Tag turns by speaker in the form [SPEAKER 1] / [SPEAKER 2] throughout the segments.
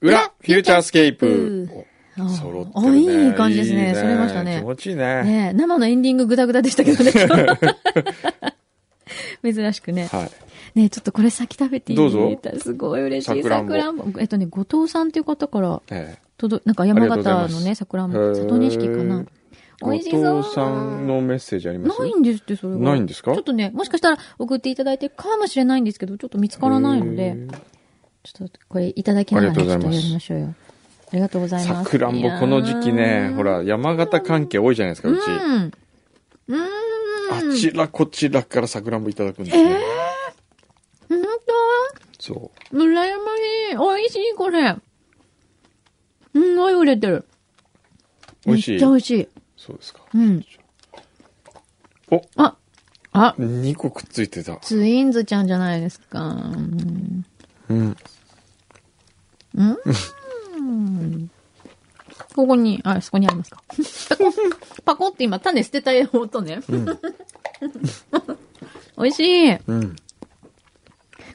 [SPEAKER 1] フューチャースケープ。
[SPEAKER 2] あー
[SPEAKER 1] 揃ってるね。
[SPEAKER 2] あいい感じですね。それましたね
[SPEAKER 1] 気。持ちいいね。
[SPEAKER 2] ねえ生のエンディンググダグダでしたけどね 今日。珍しくね。
[SPEAKER 1] はい。
[SPEAKER 2] ねえちょっとこれ先食べていい
[SPEAKER 1] どうぞ
[SPEAKER 2] すごい嬉しい。
[SPEAKER 1] さくらんぼ
[SPEAKER 2] 桜んぼ。えっとね、後藤さんっていう方から、
[SPEAKER 1] え
[SPEAKER 2] 届いなんか山
[SPEAKER 1] ありがとうご
[SPEAKER 2] 形
[SPEAKER 1] ざ
[SPEAKER 2] の
[SPEAKER 1] いま
[SPEAKER 2] ね、
[SPEAKER 1] す
[SPEAKER 2] 桜ん
[SPEAKER 1] へ
[SPEAKER 2] ぼ。
[SPEAKER 1] え
[SPEAKER 2] 里錦かな。
[SPEAKER 1] え
[SPEAKER 2] 美味しそう。
[SPEAKER 1] 後藤さんのメッセージあります
[SPEAKER 2] ないんですって、それが。
[SPEAKER 1] ないんですか
[SPEAKER 2] ちょっとね、もしかしたら送っていただいてるかもしれないんですけど、ちょっと見つからないの
[SPEAKER 1] へ
[SPEAKER 2] で、
[SPEAKER 1] ー
[SPEAKER 2] ちょっとこれいただきながら、
[SPEAKER 1] あ
[SPEAKER 2] ね、
[SPEAKER 1] り
[SPEAKER 2] ち
[SPEAKER 1] が
[SPEAKER 2] ょ
[SPEAKER 1] とう
[SPEAKER 2] っ
[SPEAKER 1] ございま
[SPEAKER 2] と
[SPEAKER 1] す
[SPEAKER 2] やりましょうよ。ありがとうございま
[SPEAKER 1] さ
[SPEAKER 2] す。
[SPEAKER 1] くらんぼこの時期ね、ほら、山形関係多いじゃないですか、
[SPEAKER 2] う
[SPEAKER 1] うち。
[SPEAKER 2] ん。う
[SPEAKER 1] あ
[SPEAKER 2] ん。
[SPEAKER 1] ちらこちらからさくらんぼいただくんですね。
[SPEAKER 2] 本
[SPEAKER 1] そ
[SPEAKER 2] 当羨ましい。美味しい、これ。すんごい売れてる。
[SPEAKER 1] う。美味し
[SPEAKER 2] めっ
[SPEAKER 1] い
[SPEAKER 2] ちゃ。美味しい。
[SPEAKER 1] そうですか。
[SPEAKER 2] うん。
[SPEAKER 1] お
[SPEAKER 2] あ、あ、
[SPEAKER 1] 2個くっついてた。
[SPEAKER 2] ツインズちゃんじゃないですか。
[SPEAKER 1] う
[SPEAKER 2] うん。
[SPEAKER 1] ん。
[SPEAKER 2] うんここに、あ、そこにありま すか。パコパコって今、種捨てた音ね。 美味しい。
[SPEAKER 1] うん。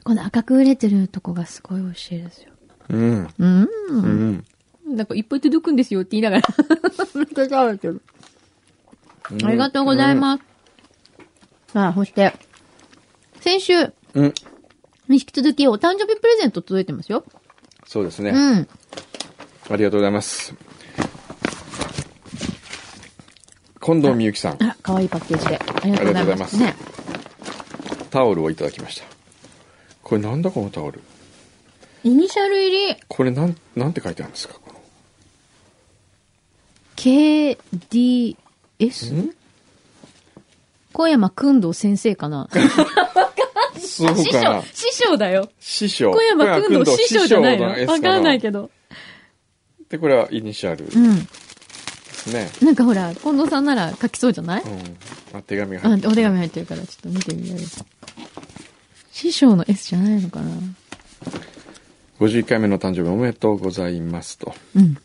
[SPEAKER 2] この赤く売れてるとこがすごい美味しいですよ。
[SPEAKER 1] うん。
[SPEAKER 2] うん。
[SPEAKER 1] うん。
[SPEAKER 2] なんかいっぱい届くんですよって言い ながら。めっちゃ食べてる。ありがとうございます。さあ、そして、先週に
[SPEAKER 1] うん。
[SPEAKER 2] 引き続きお誕生日プレゼント届いてますよ。
[SPEAKER 1] そうです
[SPEAKER 2] う
[SPEAKER 1] ね。
[SPEAKER 2] ん。
[SPEAKER 1] ありがとうございます。近藤美由紀さん、
[SPEAKER 2] あら、かわいいパッケージで。ありがとうございます。
[SPEAKER 1] ありが。
[SPEAKER 2] ね
[SPEAKER 1] タオルをいただきました。これなんだこのタオル。
[SPEAKER 2] イニシャル入り、
[SPEAKER 1] これなん、なんて書いてあるんですかこ
[SPEAKER 2] KDS?
[SPEAKER 1] の。
[SPEAKER 2] 小山くんどう先生かな
[SPEAKER 1] そう
[SPEAKER 2] 師
[SPEAKER 1] か
[SPEAKER 2] 匠
[SPEAKER 1] な、
[SPEAKER 2] 師匠だよ。
[SPEAKER 1] 師匠。
[SPEAKER 2] 小山くんどう師匠じゃないのわかんない
[SPEAKER 1] ど。
[SPEAKER 2] けど。
[SPEAKER 1] で、これはイニシャルで
[SPEAKER 2] うん。
[SPEAKER 1] すね。
[SPEAKER 2] なんかほら、近藤さんなら書きそうじゃない
[SPEAKER 1] うん。あ、手紙が
[SPEAKER 2] あ、
[SPEAKER 1] 入
[SPEAKER 2] お
[SPEAKER 1] って
[SPEAKER 2] 手紙入ってるから、ちょっと見てみようよ。師匠の S じゃないのかな
[SPEAKER 1] 51回目の誕生日おめでとうございますと。
[SPEAKER 2] うん。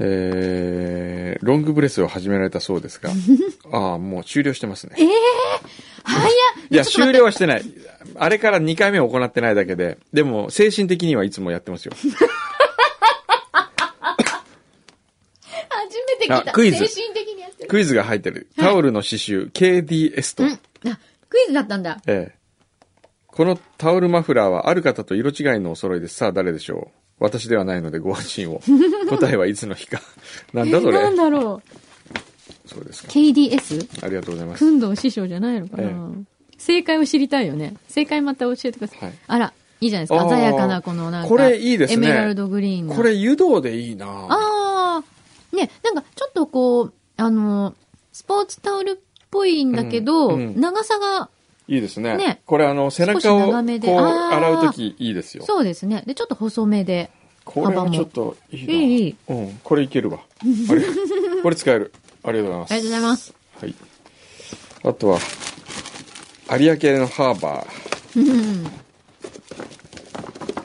[SPEAKER 1] えー、ロングブレスを始められたそう ですが、ああ、もう終了してますね。
[SPEAKER 2] 早っ
[SPEAKER 1] いや、終了はしてない。あれから2回目を行ってないだけで、でも、精神的にはいつもやってますよ。
[SPEAKER 2] 初めて来た
[SPEAKER 1] あクイズ
[SPEAKER 2] 精神的にやってる。
[SPEAKER 1] クイズが入ってる。
[SPEAKER 2] はい
[SPEAKER 1] タオルの刺繍、KDS と。
[SPEAKER 2] うん。あ、クイズだったんだ。
[SPEAKER 1] ええ。このタオルマフラーはある方と色違いのお揃いです。さあ、誰でしょう私ではないのでご安心 を。答えはいつの日か。なんだそれ
[SPEAKER 2] え。なんだろう。
[SPEAKER 1] そうですか。
[SPEAKER 2] KDS?
[SPEAKER 1] ありがとうございます。
[SPEAKER 2] 訓導師匠じゃないのかな、
[SPEAKER 1] え
[SPEAKER 2] 正解を知りたいよね。正解また教えてください。
[SPEAKER 1] はい
[SPEAKER 2] あら、いいじゃないです
[SPEAKER 1] あ
[SPEAKER 2] か。
[SPEAKER 1] ー
[SPEAKER 2] 鮮やかな、このなんか。
[SPEAKER 1] これいいですね
[SPEAKER 2] エメラルドグリーンの。
[SPEAKER 1] これ、湯道でいいなぁ
[SPEAKER 2] ああ、ね、なんかちょっとこう、あの、スポーツタオルっぽいんだけど、
[SPEAKER 1] うんうん
[SPEAKER 2] 長さが、
[SPEAKER 1] いいですね。
[SPEAKER 2] ね
[SPEAKER 1] これあの、背中
[SPEAKER 2] 少し
[SPEAKER 1] をこう
[SPEAKER 2] 長めであー
[SPEAKER 1] 洗うときいいですよ。
[SPEAKER 2] そうですね。で、ちょっと細めで。
[SPEAKER 1] これはちょっといいな。
[SPEAKER 2] いいいい
[SPEAKER 1] うん、これいけるわ。あ れこれ使える。ありがとうございます。
[SPEAKER 2] ありがとうございます。
[SPEAKER 1] はい。あとは、有明のハーバー。
[SPEAKER 2] うん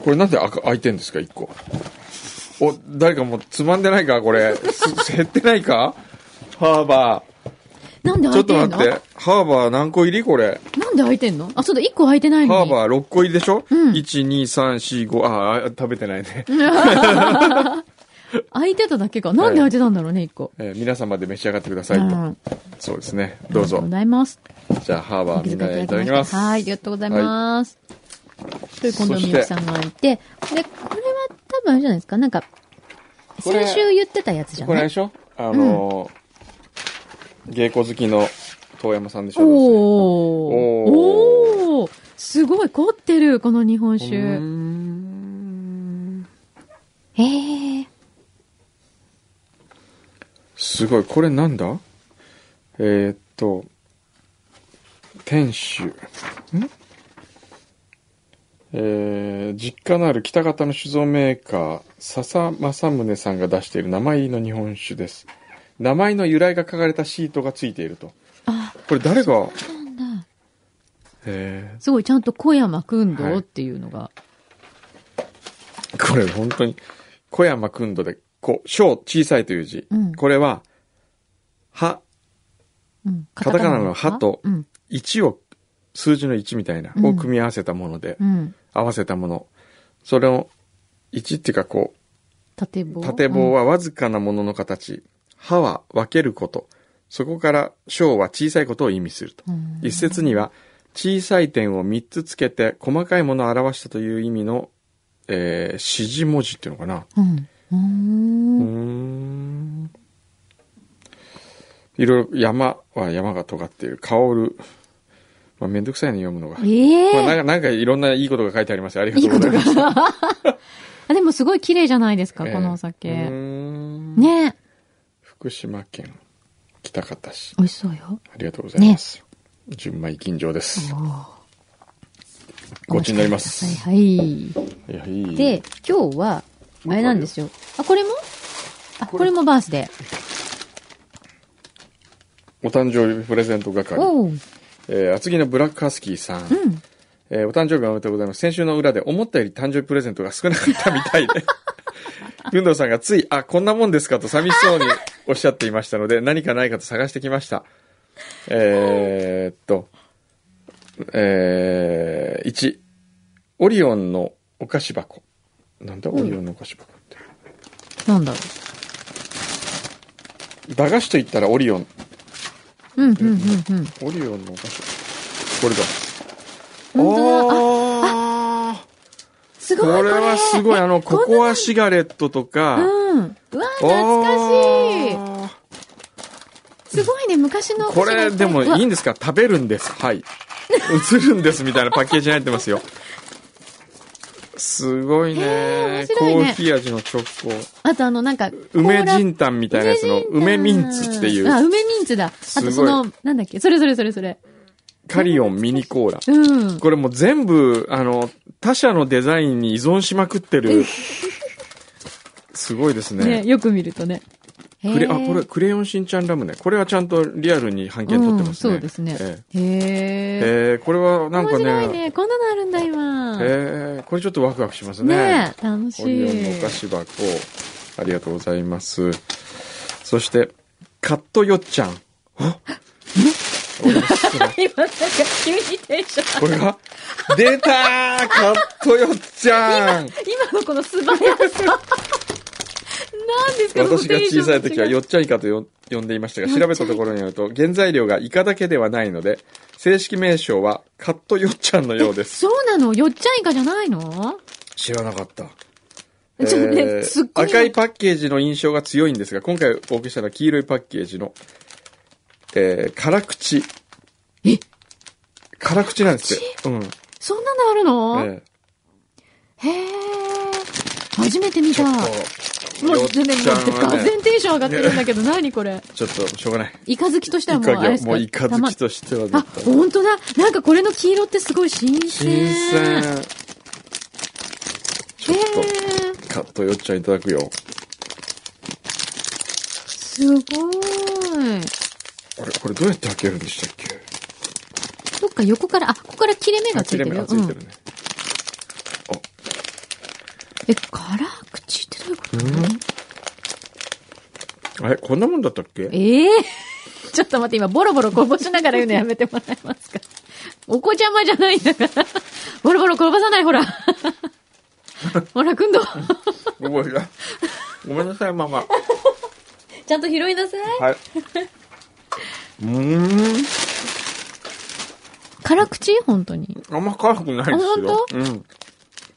[SPEAKER 1] これなんで開か開いてんですか、一個。お、誰かもうつまんでないかこれ。す 減ってないかハーバ
[SPEAKER 2] なんで
[SPEAKER 1] ー。ち
[SPEAKER 2] 開
[SPEAKER 1] ょ
[SPEAKER 2] い
[SPEAKER 1] っと
[SPEAKER 2] てん
[SPEAKER 1] 待
[SPEAKER 2] の
[SPEAKER 1] って。ハーバー何個入りこれ。
[SPEAKER 2] なんで開いてんのあ、そうだ、1個開いてないのに。
[SPEAKER 1] ハーバー6個入りでしょ、
[SPEAKER 2] うん
[SPEAKER 1] ?1、2、3、4、5。あーあ、食べてないね。
[SPEAKER 2] 開いてただけか。なんで開いてたんだろうね、1個。
[SPEAKER 1] えー皆様で召し上がってくださ
[SPEAKER 2] う
[SPEAKER 1] いと。
[SPEAKER 2] ん。
[SPEAKER 1] そうですね。どう
[SPEAKER 2] ありがとう
[SPEAKER 1] ぞ
[SPEAKER 2] ご。ざいます。
[SPEAKER 1] じゃあ、ハーバーみんなでいただき
[SPEAKER 2] ま
[SPEAKER 1] ま
[SPEAKER 2] し
[SPEAKER 1] す。
[SPEAKER 2] たはい、ありがとうございます。という近藤美由紀さんがいて、で、これは多分あれじゃないですか、なんか、
[SPEAKER 1] これ
[SPEAKER 2] 先週言ってたやつじゃ
[SPEAKER 1] これあ
[SPEAKER 2] な
[SPEAKER 1] れ
[SPEAKER 2] い
[SPEAKER 1] でしょあのー、芸妓好きの遠山さんでしょどう
[SPEAKER 2] おー
[SPEAKER 1] お
[SPEAKER 2] おーすごい凝ってる、この日本
[SPEAKER 1] せうー
[SPEAKER 2] 酒。
[SPEAKER 1] ん
[SPEAKER 2] えー、
[SPEAKER 1] すごい。これなんだえーっと、店主。んえー、実家のある北方の酒造メーカー、笹正宗さんが出している名前入りの日本酒です。名前の由来が書かれたシートがついていると。
[SPEAKER 2] あ、
[SPEAKER 1] これ誰が、
[SPEAKER 2] なんだ。
[SPEAKER 1] えー、
[SPEAKER 2] すごい、ちゃんと小山くんどうっていうのが。
[SPEAKER 1] これ本当に、小山くんどで、こう、小、小さいという字。
[SPEAKER 2] うん
[SPEAKER 1] これは、は、
[SPEAKER 2] うん
[SPEAKER 1] カタカナの歯と
[SPEAKER 2] うん。
[SPEAKER 1] 1を、数字の1みたいな、
[SPEAKER 2] うん
[SPEAKER 1] を組み合わせたもので、
[SPEAKER 2] うん。
[SPEAKER 1] 合わせたもの。それを、 1っていうかこ
[SPEAKER 2] 縦棒
[SPEAKER 1] う、縦棒はわずかなものの形、歯は分けること、そこから小は小さいことを意味すると。
[SPEAKER 2] うん
[SPEAKER 1] 一説には小さい点を3つつけて細かいものを表したという意味の、えー指示文字っていうのかな。
[SPEAKER 2] うん。うーん
[SPEAKER 1] うーん。いろいろ山は山が尖っている。薫。まあ、めんどくさいね、読むのが。
[SPEAKER 2] ええ
[SPEAKER 1] まあ、なんか、なんかいろんないいことが書いてありますよ。ありがとうございます。
[SPEAKER 2] あ、でもすごい綺麗じゃないですか、
[SPEAKER 1] ええ
[SPEAKER 2] このお酒。
[SPEAKER 1] うーん
[SPEAKER 2] ね
[SPEAKER 1] 福島県喜多方市。
[SPEAKER 2] 美味しそうよ。
[SPEAKER 1] ありがとうございます。純米吟醸です。ごちになります。
[SPEAKER 2] はい、はい。
[SPEAKER 1] いや、いい。
[SPEAKER 2] で、今日は、あれなんですよ。あ、これもあ、
[SPEAKER 1] これ
[SPEAKER 2] これもバースデ
[SPEAKER 1] お誕生日プレゼント係
[SPEAKER 2] ー。。おう。うん。
[SPEAKER 1] えー厚木のブラックハスキーさん。えーお誕生日おめでとうございます。先週の裏で思ったより誕生日プレゼントが少なかったみたいで。運動さんがつい、あ、こんなもんですかと寂しそうにおっしゃっていましたので、何かないかと探してきました。えーっと、えー、1、オリオンのお菓子箱。なんだ、オリオンのお菓子箱って。
[SPEAKER 2] なんだろ
[SPEAKER 1] 駄菓子と言ったらオリオン。
[SPEAKER 2] う。うん、うん、うん、うん。
[SPEAKER 1] オリオンのお菓子箱。これだ。
[SPEAKER 2] 本当だ。あ、
[SPEAKER 1] あー
[SPEAKER 2] すごい
[SPEAKER 1] これはすごい。あの、
[SPEAKER 2] こん
[SPEAKER 1] コ
[SPEAKER 2] な
[SPEAKER 1] コアシガレットとか、
[SPEAKER 2] うん。うわ懐かしい。
[SPEAKER 1] あー
[SPEAKER 2] すごいね、昔のお菓
[SPEAKER 1] こ
[SPEAKER 2] 子がい
[SPEAKER 1] れ、
[SPEAKER 2] っぱい。
[SPEAKER 1] でも
[SPEAKER 2] うわ
[SPEAKER 1] いいんですか食べるんです。はい。映るんですみたいなパッケージに入ってますよ。すごいね
[SPEAKER 2] へー面。白い
[SPEAKER 1] コ
[SPEAKER 2] ね
[SPEAKER 1] ーヒー味のチョコ。
[SPEAKER 2] あとあの、なんか、
[SPEAKER 1] 梅
[SPEAKER 2] コーラ
[SPEAKER 1] ジンタンみたいなやつの梅ミンツってい
[SPEAKER 2] あ、
[SPEAKER 1] う、
[SPEAKER 2] 梅ミンツだ。あ
[SPEAKER 1] すご
[SPEAKER 2] と
[SPEAKER 1] い
[SPEAKER 2] その、なんだっけ、それそれそれそれ。
[SPEAKER 1] カリオンミニコーラ。
[SPEAKER 2] うん。
[SPEAKER 1] これもう全部、あの、他社のデザインに依存しまくってる。すごいですね。
[SPEAKER 2] ね、よく見るとね。
[SPEAKER 1] クレ、あ、
[SPEAKER 2] へー
[SPEAKER 1] これ、クレヨンしんちゃんラムネ。これはちゃんとリアルに版権取ってますね。
[SPEAKER 2] うんそうですね
[SPEAKER 1] ええ
[SPEAKER 2] へえ。
[SPEAKER 1] えーこれはなんか
[SPEAKER 2] 面白い
[SPEAKER 1] ね、
[SPEAKER 2] ね。こんなのあるんだ、今。
[SPEAKER 1] えーこれちょっとワクワクしますね。
[SPEAKER 2] ねえ、楽し
[SPEAKER 1] オリオン
[SPEAKER 2] い。
[SPEAKER 1] のお菓子箱、ありがとうございます。そして、カットよっちゃん。あ俺が知ってる
[SPEAKER 2] 今、なんか、急にテンション。
[SPEAKER 1] これ が出たーカットよっちゃん
[SPEAKER 2] 今のこの素早さ。なんですか、
[SPEAKER 1] 私が小さい時はよ
[SPEAKER 3] よ
[SPEAKER 1] っちゃんイカとよ呼んでいましたが、調べたところによると、原材料がイカだけではないので、正式名称はカットよっちゃんのよう です。
[SPEAKER 2] そうなのよっちゃんイカじゃないの
[SPEAKER 1] 知らなかった。
[SPEAKER 2] ちょっとね
[SPEAKER 1] えー
[SPEAKER 2] すっごい
[SPEAKER 1] 赤いパッケージの印象が強いんですが、今回お受けしたのは黄色いパッケージの、えー、辛口。
[SPEAKER 2] え
[SPEAKER 1] 辛口なんですって。うん。
[SPEAKER 2] そんなのあるの、
[SPEAKER 1] ええ
[SPEAKER 2] へえ。初めて見
[SPEAKER 1] ち
[SPEAKER 2] た
[SPEAKER 1] ょっ。と、
[SPEAKER 2] も
[SPEAKER 1] よ
[SPEAKER 2] う
[SPEAKER 1] っちゃ
[SPEAKER 2] 全然、もう、
[SPEAKER 1] んは
[SPEAKER 2] が
[SPEAKER 1] ね
[SPEAKER 2] ぜ、んテンション上がってるんだけど、何これ。
[SPEAKER 1] ちょっと、しょうがない。
[SPEAKER 2] イカ好きとしては
[SPEAKER 1] イ
[SPEAKER 2] もう、
[SPEAKER 1] カ
[SPEAKER 2] あれで
[SPEAKER 1] が、
[SPEAKER 2] す
[SPEAKER 1] も
[SPEAKER 2] か
[SPEAKER 1] うイカ
[SPEAKER 2] た
[SPEAKER 1] 好
[SPEAKER 2] ま
[SPEAKER 1] きとしては
[SPEAKER 2] あ、
[SPEAKER 1] 絶対。
[SPEAKER 2] 本当だなんかこれの黄色ってすごい新鮮。
[SPEAKER 1] 新鮮。ちょっ
[SPEAKER 2] へー
[SPEAKER 1] と、カットよっちゃんいただくよ。
[SPEAKER 2] すごい。
[SPEAKER 1] あれ、これどうやって開けるんでしたっけ
[SPEAKER 2] そっか、横から、あ、ここから切れ目がついてるよ。
[SPEAKER 1] あ切れ目がついて
[SPEAKER 2] うん
[SPEAKER 1] るね。
[SPEAKER 2] え、辛口ってどういうこと、
[SPEAKER 1] あれ、こんなもんだったっけ
[SPEAKER 2] ええ ちょっと待って、今、ボロボロこぼしながら言うのやめてもらえますか。お子ちゃまじゃないんだから。ボロボロこぼさない、ほら。ほら、くんど。
[SPEAKER 1] ごめんなさい。ごめんなさい、ママ。
[SPEAKER 2] ちゃんと拾いなさい。
[SPEAKER 1] はい。うーん。
[SPEAKER 2] 辛口本当に。
[SPEAKER 1] あんま辛くないですよ。
[SPEAKER 2] あ
[SPEAKER 1] う
[SPEAKER 2] 本
[SPEAKER 1] ん。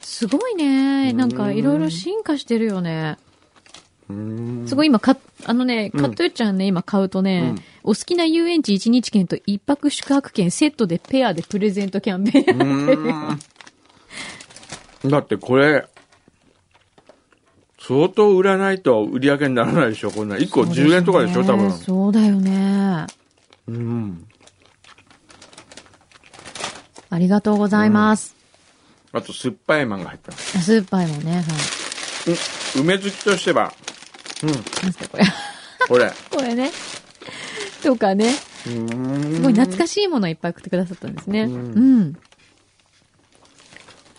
[SPEAKER 2] すごいね。なんか、いろいろ進化してるよね。
[SPEAKER 1] うーん
[SPEAKER 2] すごい今か、あのね、カットよっちゃんね、今買うとね、お好きな遊園地1日券と1泊宿泊券セットでペアでプレゼントキャンペーン。
[SPEAKER 1] だってこれ、相当売らないと売り上げにならないでしょ、こんなん。1個10円とかでしょ、多分。
[SPEAKER 2] そうだよね。
[SPEAKER 1] うん。
[SPEAKER 2] ありがとうございます。
[SPEAKER 1] あと、酸っぱいマンが入った。
[SPEAKER 2] スーパーもね、はい。
[SPEAKER 1] うん梅好きとしては、
[SPEAKER 2] なんすか、これ。
[SPEAKER 1] これ。
[SPEAKER 2] これね。とかね。
[SPEAKER 1] す
[SPEAKER 2] す
[SPEAKER 1] ご
[SPEAKER 2] ごい懐かしいものをいっぱい送ってくださったんですね。うん。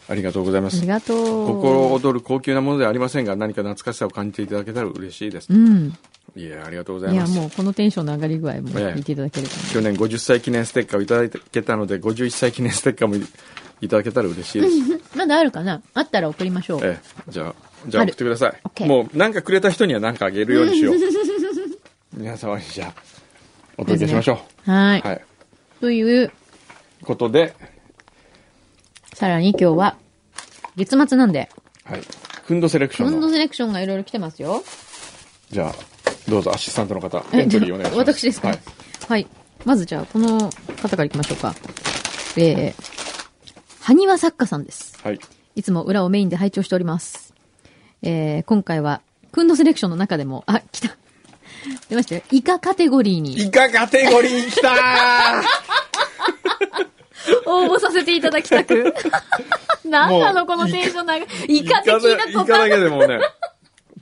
[SPEAKER 1] ありがとうございま
[SPEAKER 2] あり
[SPEAKER 1] す。
[SPEAKER 2] がとう。
[SPEAKER 1] 心躍る高級なものではありませんが、何か懐かしさを感じていただけたら嬉しいです
[SPEAKER 2] う。ん。
[SPEAKER 1] いや、ありがとうござい
[SPEAKER 2] いや、
[SPEAKER 1] ます。
[SPEAKER 2] もうこのテンションの上がり具合も見ていただけると
[SPEAKER 1] 去年50歳記念ステッカーをいただけたので、51歳記念ステッカーもいただけたら嬉しいです。
[SPEAKER 2] まだあるかなあったら送りましょう。
[SPEAKER 1] ええ、じゃあ、じゃあ
[SPEAKER 2] ある
[SPEAKER 1] 送ってください。
[SPEAKER 2] OK
[SPEAKER 1] もうなんかくれた人にはなんかあげるようにしよう。皆様にじゃあ、お届けしましょう。
[SPEAKER 2] はい。
[SPEAKER 1] はい。
[SPEAKER 2] という、
[SPEAKER 1] ことで、
[SPEAKER 2] さらに今日は、月末なんで、
[SPEAKER 1] はい。フンドセレクショ
[SPEAKER 2] ロン
[SPEAKER 1] ン
[SPEAKER 2] ド
[SPEAKER 1] の、
[SPEAKER 2] セレクションがいろいろ来てますよ。
[SPEAKER 1] じゃあ、どうぞアシスタントの方、エントリーお願いします。
[SPEAKER 2] 私ですか、
[SPEAKER 1] は
[SPEAKER 2] はい
[SPEAKER 1] い。、
[SPEAKER 2] まずじゃあ、この方から行きましょうか。えー、埴輪作家さんです。
[SPEAKER 1] はい。
[SPEAKER 2] いつも裏をメインで拝聴しております。えー、今回は、クンドセレクションの中でも、あ、来た。出ましたよ。イカカテゴリーに
[SPEAKER 1] イカカテゴリー来た
[SPEAKER 2] 応募させていただきた く。なんなのこのテンション長い。 イカって聞いた
[SPEAKER 1] イ
[SPEAKER 2] 途
[SPEAKER 1] カだ
[SPEAKER 2] 端
[SPEAKER 1] けでもね、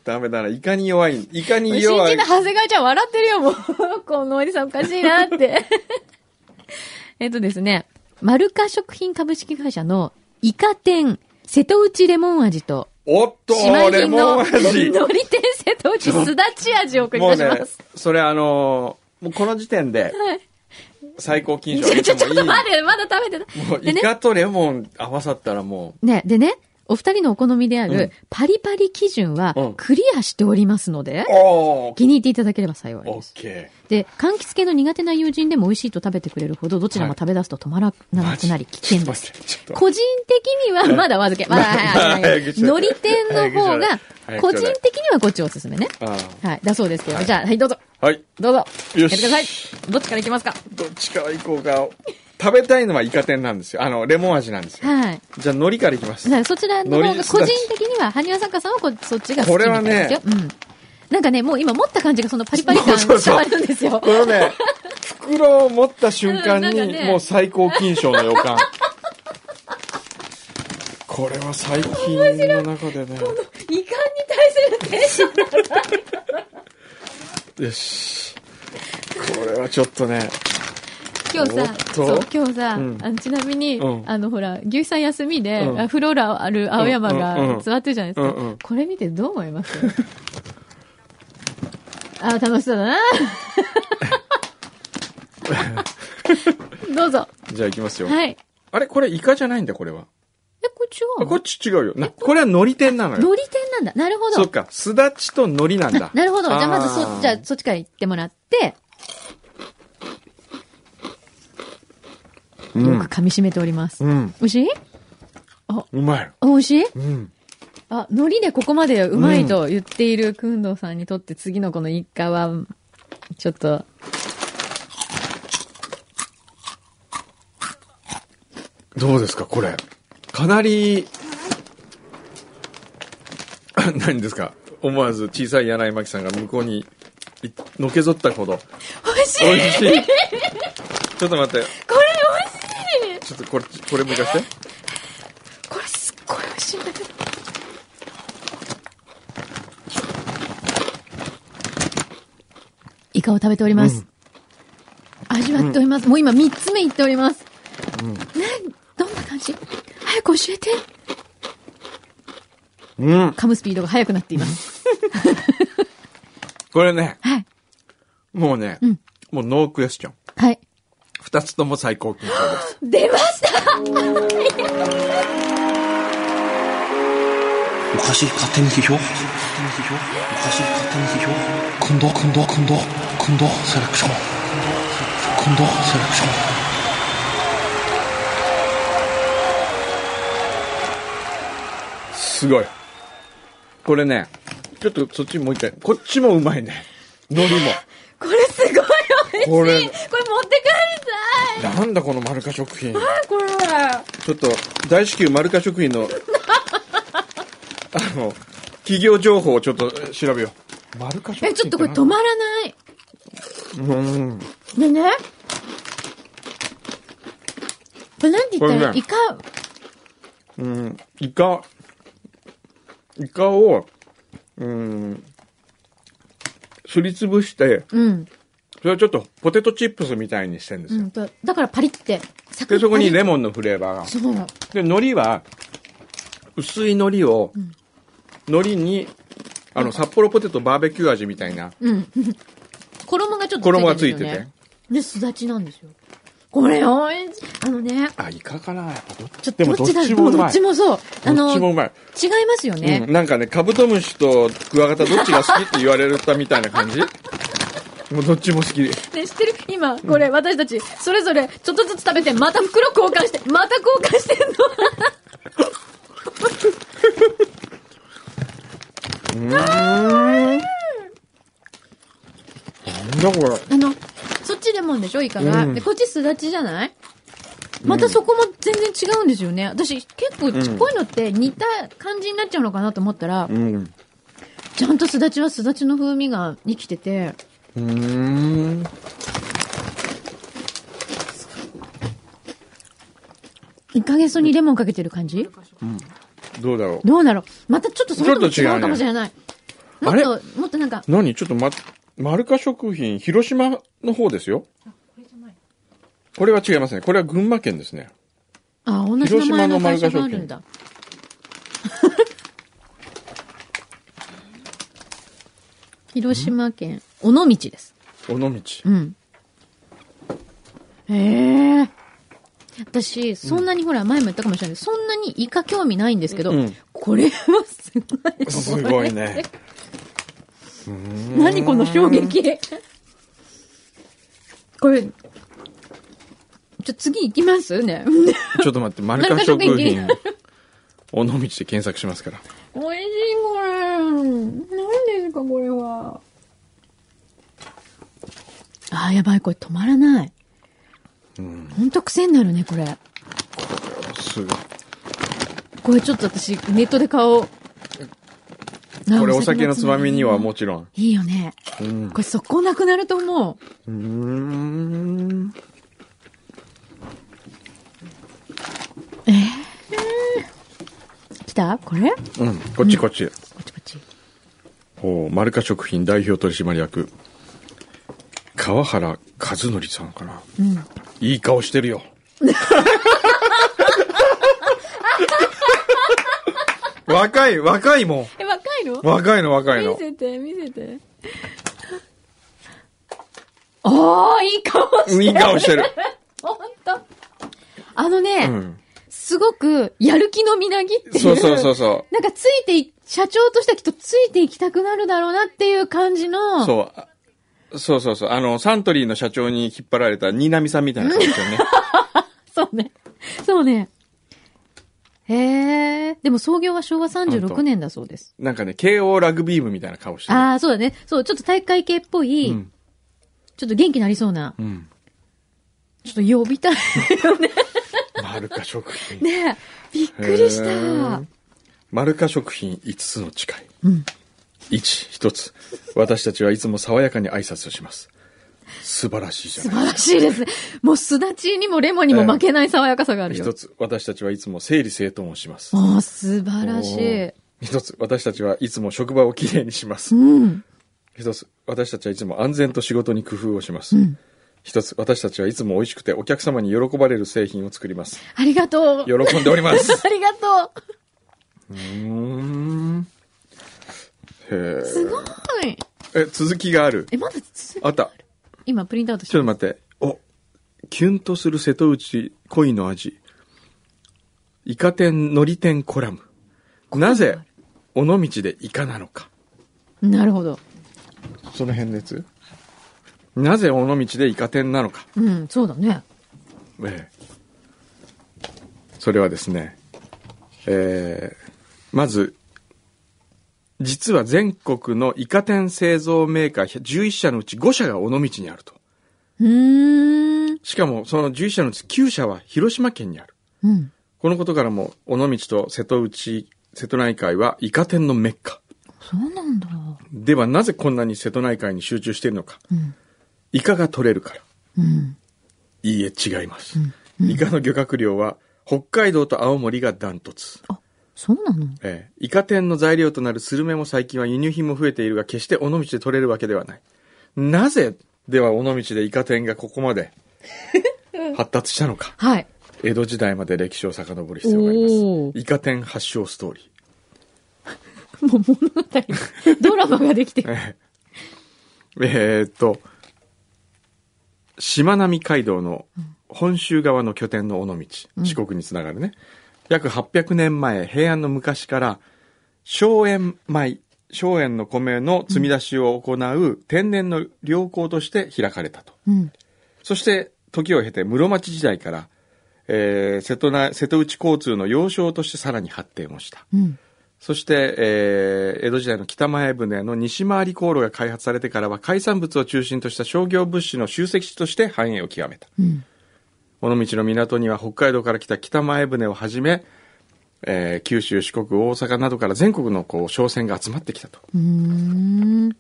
[SPEAKER 1] ダメだな。イカに弱い。イカに
[SPEAKER 2] 新
[SPEAKER 1] 弱
[SPEAKER 2] 人
[SPEAKER 1] い
[SPEAKER 2] の。長谷川ちゃん笑ってるよ、もう。 このおじさんおかしいなって。 えっとですね、マルカ食品株式会社のイカ天、瀬戸内レモン味と、
[SPEAKER 1] おっと
[SPEAKER 2] 島
[SPEAKER 1] レ
[SPEAKER 2] 人
[SPEAKER 1] モ
[SPEAKER 2] の
[SPEAKER 1] ン味
[SPEAKER 2] のり天瀬戸内すだち味を送り
[SPEAKER 1] もう
[SPEAKER 2] 出しま
[SPEAKER 1] ね
[SPEAKER 2] す。、
[SPEAKER 1] それあのーもうこの時点で、最高金賞あ
[SPEAKER 2] ちょ、
[SPEAKER 1] げ
[SPEAKER 2] ち
[SPEAKER 1] て
[SPEAKER 2] ょ、ち
[SPEAKER 1] もい
[SPEAKER 2] ょっ
[SPEAKER 1] い
[SPEAKER 2] と。待って、まだ食べてない。
[SPEAKER 1] もうイカとレモン合わさったらも
[SPEAKER 2] ね、でね、お二人のお好みであ
[SPEAKER 1] うん
[SPEAKER 2] るパリパリ基準は
[SPEAKER 1] うん
[SPEAKER 2] クリアしておりますので
[SPEAKER 1] う、、おー
[SPEAKER 2] 気に入っていただければ幸い
[SPEAKER 1] オ
[SPEAKER 2] で
[SPEAKER 1] ッ
[SPEAKER 2] す。
[SPEAKER 1] ケ
[SPEAKER 2] で、柑橘系の苦手な友人でも美味しいと食べてくれるほど、どちらも食べ出すと止まら
[SPEAKER 1] ー。
[SPEAKER 2] なくなり危険です。
[SPEAKER 1] す。ちょっと待ってちょっと。
[SPEAKER 2] 個人的には、まだお預け、まだ、はいはいはい。のり天の方が、個人的にはこっちおすすめね。
[SPEAKER 1] あ
[SPEAKER 2] はい、だそうですけど、
[SPEAKER 1] はい
[SPEAKER 2] じゃあ、はい、どうぞ、
[SPEAKER 1] ーはい。
[SPEAKER 2] どうぞ、
[SPEAKER 1] よ
[SPEAKER 2] やっ
[SPEAKER 1] して
[SPEAKER 2] ください。どっちからいきますか
[SPEAKER 1] どっちから行こうか。食べたいのはイカ天なんですよ。あの、レモン味なんですよ。
[SPEAKER 2] はい。
[SPEAKER 1] じゃあ、海苔からいきます。
[SPEAKER 2] さあそちらの方
[SPEAKER 1] 海苔
[SPEAKER 2] が、
[SPEAKER 1] すだ
[SPEAKER 2] 個
[SPEAKER 1] ち
[SPEAKER 2] 人的には、埴輪作家さんはこそっちが好きみたいですよ。
[SPEAKER 1] こ
[SPEAKER 2] うん。なんかね、もう今持った感じがそのパリパリ感
[SPEAKER 1] そうそうそう
[SPEAKER 2] 伝わるんですよ。
[SPEAKER 1] このね、 袋を持った瞬間
[SPEAKER 2] うんなんか
[SPEAKER 1] に、
[SPEAKER 2] ね
[SPEAKER 1] もう最高金賞の予感。これは最近の中でね。
[SPEAKER 2] いかんに対するテンション
[SPEAKER 1] よし。これはちょっとね、
[SPEAKER 2] 今日
[SPEAKER 1] お
[SPEAKER 2] さ
[SPEAKER 1] っ、と
[SPEAKER 2] そう、今日さ、
[SPEAKER 1] うん
[SPEAKER 2] あのちなみに、
[SPEAKER 1] うん
[SPEAKER 2] あの、ほら、牛さん休みで、
[SPEAKER 1] うん
[SPEAKER 2] あフローラある青山
[SPEAKER 1] うんうんう
[SPEAKER 2] が
[SPEAKER 1] ん
[SPEAKER 2] 座ってるじゃないですか。
[SPEAKER 1] うんうん
[SPEAKER 2] これ見てどう思います あー、楽しそうだ な。どうぞ。
[SPEAKER 1] じゃあ行きますよ。
[SPEAKER 2] はい。
[SPEAKER 1] あれこれイカじゃないんだ、これは。
[SPEAKER 2] え、これ違う
[SPEAKER 1] あ
[SPEAKER 2] の
[SPEAKER 1] こっち違うよ。な、これは海苔天なのよ。
[SPEAKER 2] のり天なんだ。なるほ
[SPEAKER 1] そっ
[SPEAKER 2] ど。
[SPEAKER 1] か、すだちと海苔なんだ。
[SPEAKER 2] なるほど。じゃあまず
[SPEAKER 1] あ
[SPEAKER 2] そ、
[SPEAKER 1] ー
[SPEAKER 2] じゃあそっちから行ってもらって、
[SPEAKER 1] う
[SPEAKER 2] よく
[SPEAKER 1] ん。
[SPEAKER 2] 噛み締めております。
[SPEAKER 1] うん。
[SPEAKER 2] 美味しい
[SPEAKER 1] うまい。
[SPEAKER 2] あ美味しい
[SPEAKER 1] うん。
[SPEAKER 2] あ、海苔でここまでうまいと言っているくんどうさんにとって次のこの一家は、ちょっと。
[SPEAKER 1] どうですか、これ。かなり、 何ですか。思わず小さい柳井真紀さんが向こうにいのけぞったほど。
[SPEAKER 2] 美味しい
[SPEAKER 1] 美味しい。 ちょっと待って。
[SPEAKER 2] これ美味しい
[SPEAKER 1] ちょっとこれ、これもいかして。
[SPEAKER 2] これすっごい美味しいんだけど。イカを食べております。味わっております。もう今3つ目いっております。ねどんな感じ早く教えて。
[SPEAKER 1] うん。
[SPEAKER 2] 噛むスピードが速くなっています。
[SPEAKER 1] これね、
[SPEAKER 2] はい。
[SPEAKER 1] もうね、
[SPEAKER 2] ん
[SPEAKER 1] もうノークエスチョン。
[SPEAKER 2] はい。
[SPEAKER 1] 二つとも最高金賞です。
[SPEAKER 2] 出ました
[SPEAKER 3] おかしい勝手に批評おかしい勝手に批評今度今度今度今度セレクション今度セレクション
[SPEAKER 1] すごい。これね、ちょっとそっちもう一回。こっちもうまいね。海苔も。
[SPEAKER 2] これすごい美味しい
[SPEAKER 1] こ
[SPEAKER 2] こ
[SPEAKER 1] れ
[SPEAKER 2] れ持って帰りたい
[SPEAKER 1] なんだこのマルカ食品。
[SPEAKER 2] あこれ
[SPEAKER 1] ちょっと、大至急マルカ食品の、あの、企業情報をちょっと調べよう。マルカ食品
[SPEAKER 2] え、ちょっとこれ止まらない。
[SPEAKER 1] うん。
[SPEAKER 2] でね。これなんて言った
[SPEAKER 1] これ
[SPEAKER 2] ら、
[SPEAKER 1] ね
[SPEAKER 2] イカ、
[SPEAKER 1] うん。イカ、イカを、うん、すりつぶして、
[SPEAKER 2] うん。
[SPEAKER 1] それをちょっとポテトチップスみたいにしてんです
[SPEAKER 2] う
[SPEAKER 1] よ。
[SPEAKER 2] んと、だからパリって、サ
[SPEAKER 1] で、そこに
[SPEAKER 2] ね。
[SPEAKER 1] レモンのフレーバーが。
[SPEAKER 2] そうなの。
[SPEAKER 1] で、海苔は、薄い海苔を、海苔に、あの、札幌ポテトバーベキュー味みたいな、
[SPEAKER 2] うん。衣がちょっと
[SPEAKER 1] 衣がついて
[SPEAKER 2] るんですよ
[SPEAKER 1] て
[SPEAKER 2] ね。で、すだちなんですよ。これ、おいしい。あのね、
[SPEAKER 1] あ、イカかなやっぱどっ
[SPEAKER 2] ちょっ
[SPEAKER 1] で
[SPEAKER 2] と
[SPEAKER 1] も
[SPEAKER 2] どっちだ
[SPEAKER 1] どっち
[SPEAKER 2] ど
[SPEAKER 1] もうま
[SPEAKER 2] ど
[SPEAKER 1] い
[SPEAKER 2] っちもそう。
[SPEAKER 1] ど
[SPEAKER 2] あ
[SPEAKER 1] っ
[SPEAKER 2] の、
[SPEAKER 1] ち
[SPEAKER 2] 違
[SPEAKER 1] もう
[SPEAKER 2] い
[SPEAKER 1] まい。
[SPEAKER 2] ますよね。
[SPEAKER 1] うん、なんかね、カブトムシとクワガタどっちが好きって言われたみたいな感じ もうどっちも好き。
[SPEAKER 2] ね、知ってる今、これ、私たち、それぞれ、ちょっとずつ食べて、また袋交換して、また交換してんの。
[SPEAKER 1] なんだこれ。
[SPEAKER 2] あの、そっちレモンでしょイカが、
[SPEAKER 1] うん
[SPEAKER 2] で、こっちすだちじゃないまたそこも全然違うんですよね。私、結構ちっこいのって似た感じになっちゃうのかなと思ったら、
[SPEAKER 1] うん。
[SPEAKER 2] ちゃんとすだちはすだちの風味が生きてて、
[SPEAKER 1] うーん。
[SPEAKER 2] イカゲソにレモンかけてる感じ
[SPEAKER 1] どうだろう。
[SPEAKER 2] どうだろうまたちょっとそれとも
[SPEAKER 1] ちょっと違う
[SPEAKER 2] 違
[SPEAKER 1] ね
[SPEAKER 2] うかもしれない。も
[SPEAKER 1] あ
[SPEAKER 2] っ
[SPEAKER 1] れ
[SPEAKER 2] と、もっとなんか、
[SPEAKER 1] 何ちょっとま、マルカ食品、広島の方ですよ。これは違いますね。これは群馬県ですね。
[SPEAKER 2] あ、同じ名
[SPEAKER 1] 広島
[SPEAKER 2] 前
[SPEAKER 1] の
[SPEAKER 2] の会社
[SPEAKER 1] 丸
[SPEAKER 2] が
[SPEAKER 1] 菓
[SPEAKER 2] あ
[SPEAKER 1] 子
[SPEAKER 2] るんだ。 広島県、尾道です。
[SPEAKER 1] 尾道。
[SPEAKER 2] うん。へえ。私、そんなにほら、前も言ったかもしれないけど、そんなにイカ興味ないんですけど、
[SPEAKER 1] うん
[SPEAKER 2] これはすごい。
[SPEAKER 1] すごい ね。
[SPEAKER 2] 何この衝撃。これ、ちょ、次行きますね。
[SPEAKER 1] ちょっと待って、マルカ食品、尾道で検索しますから。
[SPEAKER 2] 美味しい、これ。何ですか、これは。あー、やばい、これ止まらない。
[SPEAKER 1] うん。
[SPEAKER 2] ほんと癖になるね、これ。
[SPEAKER 1] すごい。
[SPEAKER 2] これちょっと私、ネットで買おう。
[SPEAKER 1] これお酒のつまみにはも
[SPEAKER 2] う。
[SPEAKER 1] ちろん。
[SPEAKER 2] いいよね。
[SPEAKER 1] うん。
[SPEAKER 2] これそこなくなると思
[SPEAKER 1] う
[SPEAKER 2] う。
[SPEAKER 1] ーん。
[SPEAKER 2] 来たこれこ
[SPEAKER 1] うん。こっちこっち。
[SPEAKER 2] っちこっち。
[SPEAKER 1] ほう、マルカ食品代表取締役。川原和則さんかな。
[SPEAKER 2] うん。
[SPEAKER 1] いい顔してる よ。若い、若いも
[SPEAKER 2] え、若いの
[SPEAKER 1] ん。若いの、若いの。
[SPEAKER 2] せて、見せて。おー、いい顔してる。
[SPEAKER 1] いい顔してる。
[SPEAKER 2] ほんと。あのね、
[SPEAKER 1] うん。
[SPEAKER 2] すごく、やる気のみなぎっていう。
[SPEAKER 1] そうそうそうそ
[SPEAKER 2] なんかついてい、社長としてはきっとついていきたくなるだろうなっていう感じ
[SPEAKER 1] う。
[SPEAKER 2] の。
[SPEAKER 1] そう。あそうそうそう。あの、サントリーの社長に引っ張られた新浪さんみたいな感じだよね。
[SPEAKER 2] そうね。そうね。へえ。でも創業は昭和36年だそうです。
[SPEAKER 1] なんかね、慶応ラグビー部みたいな顔してる。
[SPEAKER 2] ああ、そうだね。そう、ちょっと体育会系っぽい、
[SPEAKER 1] うん。
[SPEAKER 2] ちょっと元気になりそうな。
[SPEAKER 1] うん。
[SPEAKER 2] ちょっと呼びたいよね。
[SPEAKER 1] マルカ食品。
[SPEAKER 2] ね えびっくりし
[SPEAKER 1] へ
[SPEAKER 2] た
[SPEAKER 1] ー。マルカ食品5つの誓い。
[SPEAKER 2] うん。
[SPEAKER 1] 1、1つ。私たちはいつも爽やかに挨拶をします。素晴らしいじゃ
[SPEAKER 2] 素
[SPEAKER 1] ない
[SPEAKER 2] 晴らしいですね。もうすだちにもレモンにも負けない爽やかさがある
[SPEAKER 1] 一
[SPEAKER 2] よ。
[SPEAKER 1] つ、私たちはいつも整理整頓をします。
[SPEAKER 2] ああ、素晴らしい。
[SPEAKER 1] 一つ、私たちはいつも職場をきれいにします。
[SPEAKER 2] うん。
[SPEAKER 1] 一つ、私たちはいつも安全と仕事に工夫をしま
[SPEAKER 2] う
[SPEAKER 1] す。
[SPEAKER 2] ん。
[SPEAKER 1] 一つ、私たちはいつも美味しくてお客様に喜ばれる製品を作ります。
[SPEAKER 2] ありがとう。
[SPEAKER 1] 喜んでおります。
[SPEAKER 2] ありがと
[SPEAKER 1] うーん。へー
[SPEAKER 2] う。すごい。
[SPEAKER 1] え、続きがある。
[SPEAKER 2] え、まだ続
[SPEAKER 1] あった。
[SPEAKER 2] 今プリントアウトし
[SPEAKER 1] ち
[SPEAKER 2] て
[SPEAKER 1] ょっと待って。お、キュンとする瀬戸内恋の味。イカ天、海苔天コラム。なぜ、尾道でイカなのか。
[SPEAKER 2] なるほど。
[SPEAKER 1] その辺のやつなぜ尾道でイカ天なのか。
[SPEAKER 2] うん、そうだね。
[SPEAKER 1] ええそれはですね、ええまず、実は全国のイカ天製造メーカー11社のうち5社が尾道にあると。
[SPEAKER 2] うーん。
[SPEAKER 1] しかもその11社のうち9社は広島県にある。
[SPEAKER 2] うん。
[SPEAKER 1] このことからも、尾道と瀬戸内、瀬戸内海はイカ天のメッカ。
[SPEAKER 2] そうなんだ。
[SPEAKER 1] ではなぜこんなに瀬戸内海に集中しているのか。
[SPEAKER 2] うん。
[SPEAKER 1] イカが取れるから。
[SPEAKER 2] うん。
[SPEAKER 1] いいえ、違います。
[SPEAKER 2] うん
[SPEAKER 1] イカの漁獲量は、北海道と青森がダントツ。
[SPEAKER 2] あ、そうなの
[SPEAKER 1] ええ、イカ天の材料となるスルメも最近は輸入品も増えているが、決して尾道で取れるわけではない。なぜ、では尾道でイカ天がここまで発達したのか。
[SPEAKER 2] はい。
[SPEAKER 1] 江戸時代まで歴史を遡る必要があり
[SPEAKER 2] お
[SPEAKER 1] ます。イカ天発祥ストーリー。
[SPEAKER 2] もう 物語、ドラマができてる。
[SPEAKER 1] え ーえーっと、しまなみ海道の本州側の拠点の尾道四国につながるね、約800年前平安の昔から荘園米荘園の米の積み出しを行う天然の良港として開かれたと
[SPEAKER 2] うん。
[SPEAKER 1] そして時を経て室町時代から、えー瀬戸な瀬戸内交通の要衝としてさらに発展をした
[SPEAKER 2] うん。
[SPEAKER 1] そして、えー江戸時代の北前船の西回り航路が開発されてからは海産物を中心とした商業物資の集積地として繁栄を極めた
[SPEAKER 2] うん。
[SPEAKER 1] 尾道の港には北海道から来た北前船をはじめ、えー九州四国大阪などから全国のこう商船が集まってきたと、
[SPEAKER 2] うーん。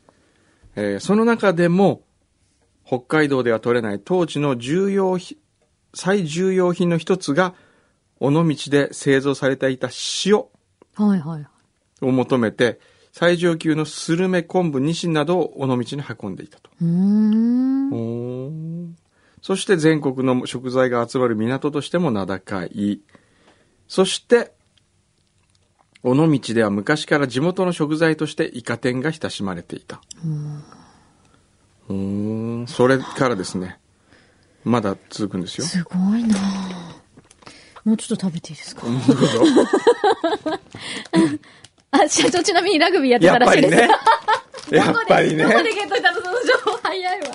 [SPEAKER 1] えーその中でも北海道では取れない当時の重要ひ最重要品の一つが尾道で製造されていた塩
[SPEAKER 2] はいはい。
[SPEAKER 1] を求めて最上級のスルメ昆布ニシンなどを尾道に運んでいたと、
[SPEAKER 2] うーん。
[SPEAKER 1] そして全国の食材が集まる港としても名高いそして尾道では昔から地元の食材としてイカ天が親しまれていたうーんそれからですねまだ続くんですよ
[SPEAKER 2] すごいなあもうちょっと食べていいですか
[SPEAKER 1] どうぞ
[SPEAKER 2] あ、社長ちなみにラグビーやって
[SPEAKER 1] や
[SPEAKER 2] た
[SPEAKER 1] っ
[SPEAKER 2] ら
[SPEAKER 1] ぱ
[SPEAKER 2] しい
[SPEAKER 1] り
[SPEAKER 2] です。
[SPEAKER 1] ねやっぱり
[SPEAKER 2] どこで
[SPEAKER 1] ね
[SPEAKER 2] ゲットしたのその情報早いわ。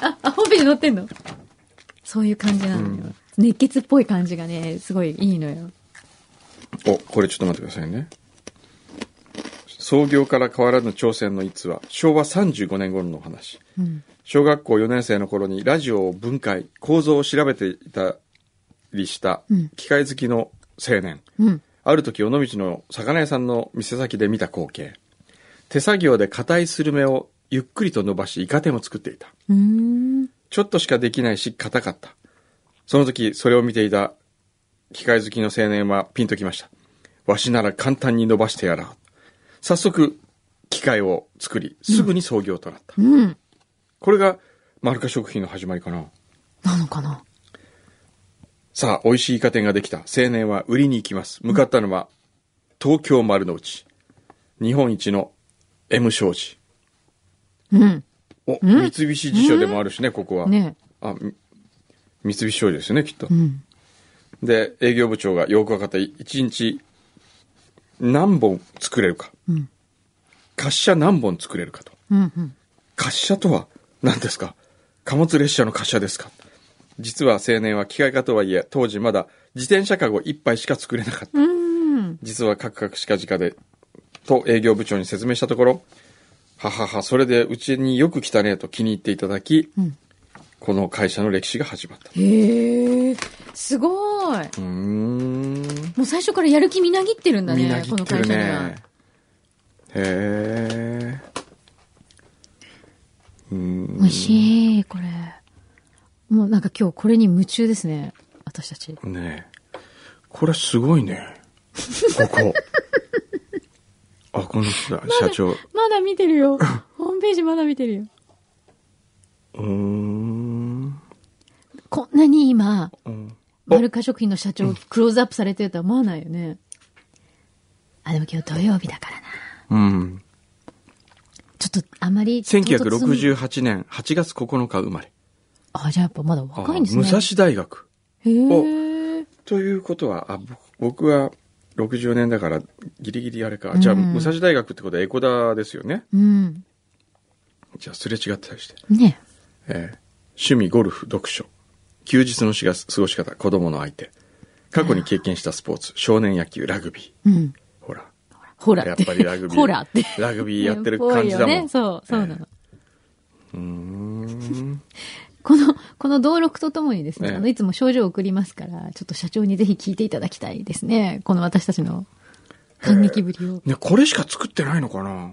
[SPEAKER 2] あ、あ、ホームページ載ってんのそういう感じなのよ。熱血っぽい感じがね、すごいいいのよ。
[SPEAKER 1] お、これちょっと待ってくださいね。創業から変わらぬ挑戦の逸話、昭和35年頃のお話。
[SPEAKER 2] うん。
[SPEAKER 1] 小学校4年生の頃にラジオを分解、構造を調べていたりした
[SPEAKER 2] うん、
[SPEAKER 1] 機械好きの青年。
[SPEAKER 2] うん。
[SPEAKER 1] ある時、尾道の魚屋さんの店先で見た光景。手作業で硬いスルメをゆっくりと伸ばし、イカ天を作っていた。
[SPEAKER 2] うーん。
[SPEAKER 1] ちょっとしかできないし、硬かった。その時、それを見ていた機械好きの青年はピンときました。わしなら簡単に伸ばしてやらう。早速、機械を作り、すぐに創業となった。
[SPEAKER 2] うん。
[SPEAKER 1] これが、マルカ食品の始まりかな。
[SPEAKER 2] なのかな
[SPEAKER 1] さあ、美味しいイカ天ができた。青年は売りに行きます。向かったのは、東京丸の内。日本一の M 商事。
[SPEAKER 2] うん。
[SPEAKER 1] お、三菱地所でもあるしね、ここは。
[SPEAKER 2] ね
[SPEAKER 1] あ、み三菱商事ですよね、きっと
[SPEAKER 2] え。うん。
[SPEAKER 1] で、営業部長がよく分かった、1日何本作れるか。
[SPEAKER 2] うん。
[SPEAKER 1] 滑車何本作れるかと。
[SPEAKER 2] うん。うん。
[SPEAKER 1] 滑車とは何ですか貨物列車の滑車ですか実は青年は機械化とはいえ、当時まだ自転車カゴ1杯しか作れなかった。
[SPEAKER 2] うん。
[SPEAKER 1] 実はカクカクしかじかで、と営業部長に説明したところ、ははは、それでうちによく来たねと気に入っていただき、
[SPEAKER 2] うん
[SPEAKER 1] この会社の歴史が始まった。
[SPEAKER 2] へえ、すごい。
[SPEAKER 1] うーん。
[SPEAKER 2] もう最初からやる気みなぎってるんだね、
[SPEAKER 1] みなぎ
[SPEAKER 2] この
[SPEAKER 1] ってる
[SPEAKER 2] 会社には
[SPEAKER 1] ね。へえ。うーん
[SPEAKER 2] 美味しい、これ。もうなんか今日これに夢中ですね、私たち。
[SPEAKER 1] ねえこれすごいね。こ こ。あ、この人だ、社長。う
[SPEAKER 2] まだ見て るよ。ホームページまだ見てるよ。
[SPEAKER 1] ーん。
[SPEAKER 2] こんなに今、
[SPEAKER 1] うん
[SPEAKER 2] マルカ食品の社長クローズアップされてるとは思わないよね。あ、でも今日土曜日だからな。
[SPEAKER 1] うん。
[SPEAKER 2] ちょっとあまり。唐突
[SPEAKER 1] 1968年8月9日生まれ。
[SPEAKER 2] あ、じゃあやっぱまだ
[SPEAKER 1] あ
[SPEAKER 2] 若いんですね。
[SPEAKER 1] 武蔵大学。
[SPEAKER 2] へー
[SPEAKER 1] ということは、あ、ぼ僕は60年だからギリギリあれか。じゃあ、
[SPEAKER 2] うん
[SPEAKER 1] 武蔵大学ってことはエコダですよね。
[SPEAKER 2] うん。
[SPEAKER 1] じゃあ、すれ違ってたりして。
[SPEAKER 2] ね。
[SPEAKER 1] えー趣味、ゴルフ、読書。休日のしが過ごし方、子供の相手。過去に経験したスポーツ、少年野球、ラグビ
[SPEAKER 2] うん。
[SPEAKER 1] ー。ほら。
[SPEAKER 2] ほらって。
[SPEAKER 1] やっぱりラグビー
[SPEAKER 2] ほらって。
[SPEAKER 1] ラグビーやってる感じだもん。
[SPEAKER 2] ぽいよね、 そう、そうなの。
[SPEAKER 1] えうーん。
[SPEAKER 2] この、この動録とともにですね、
[SPEAKER 1] ええ
[SPEAKER 2] あの、いつも症状を送りますから、ちょっと社長にぜひ聞いていただきたいですね。この私たちの感激ぶりを。
[SPEAKER 1] ね、これしか作ってないのかな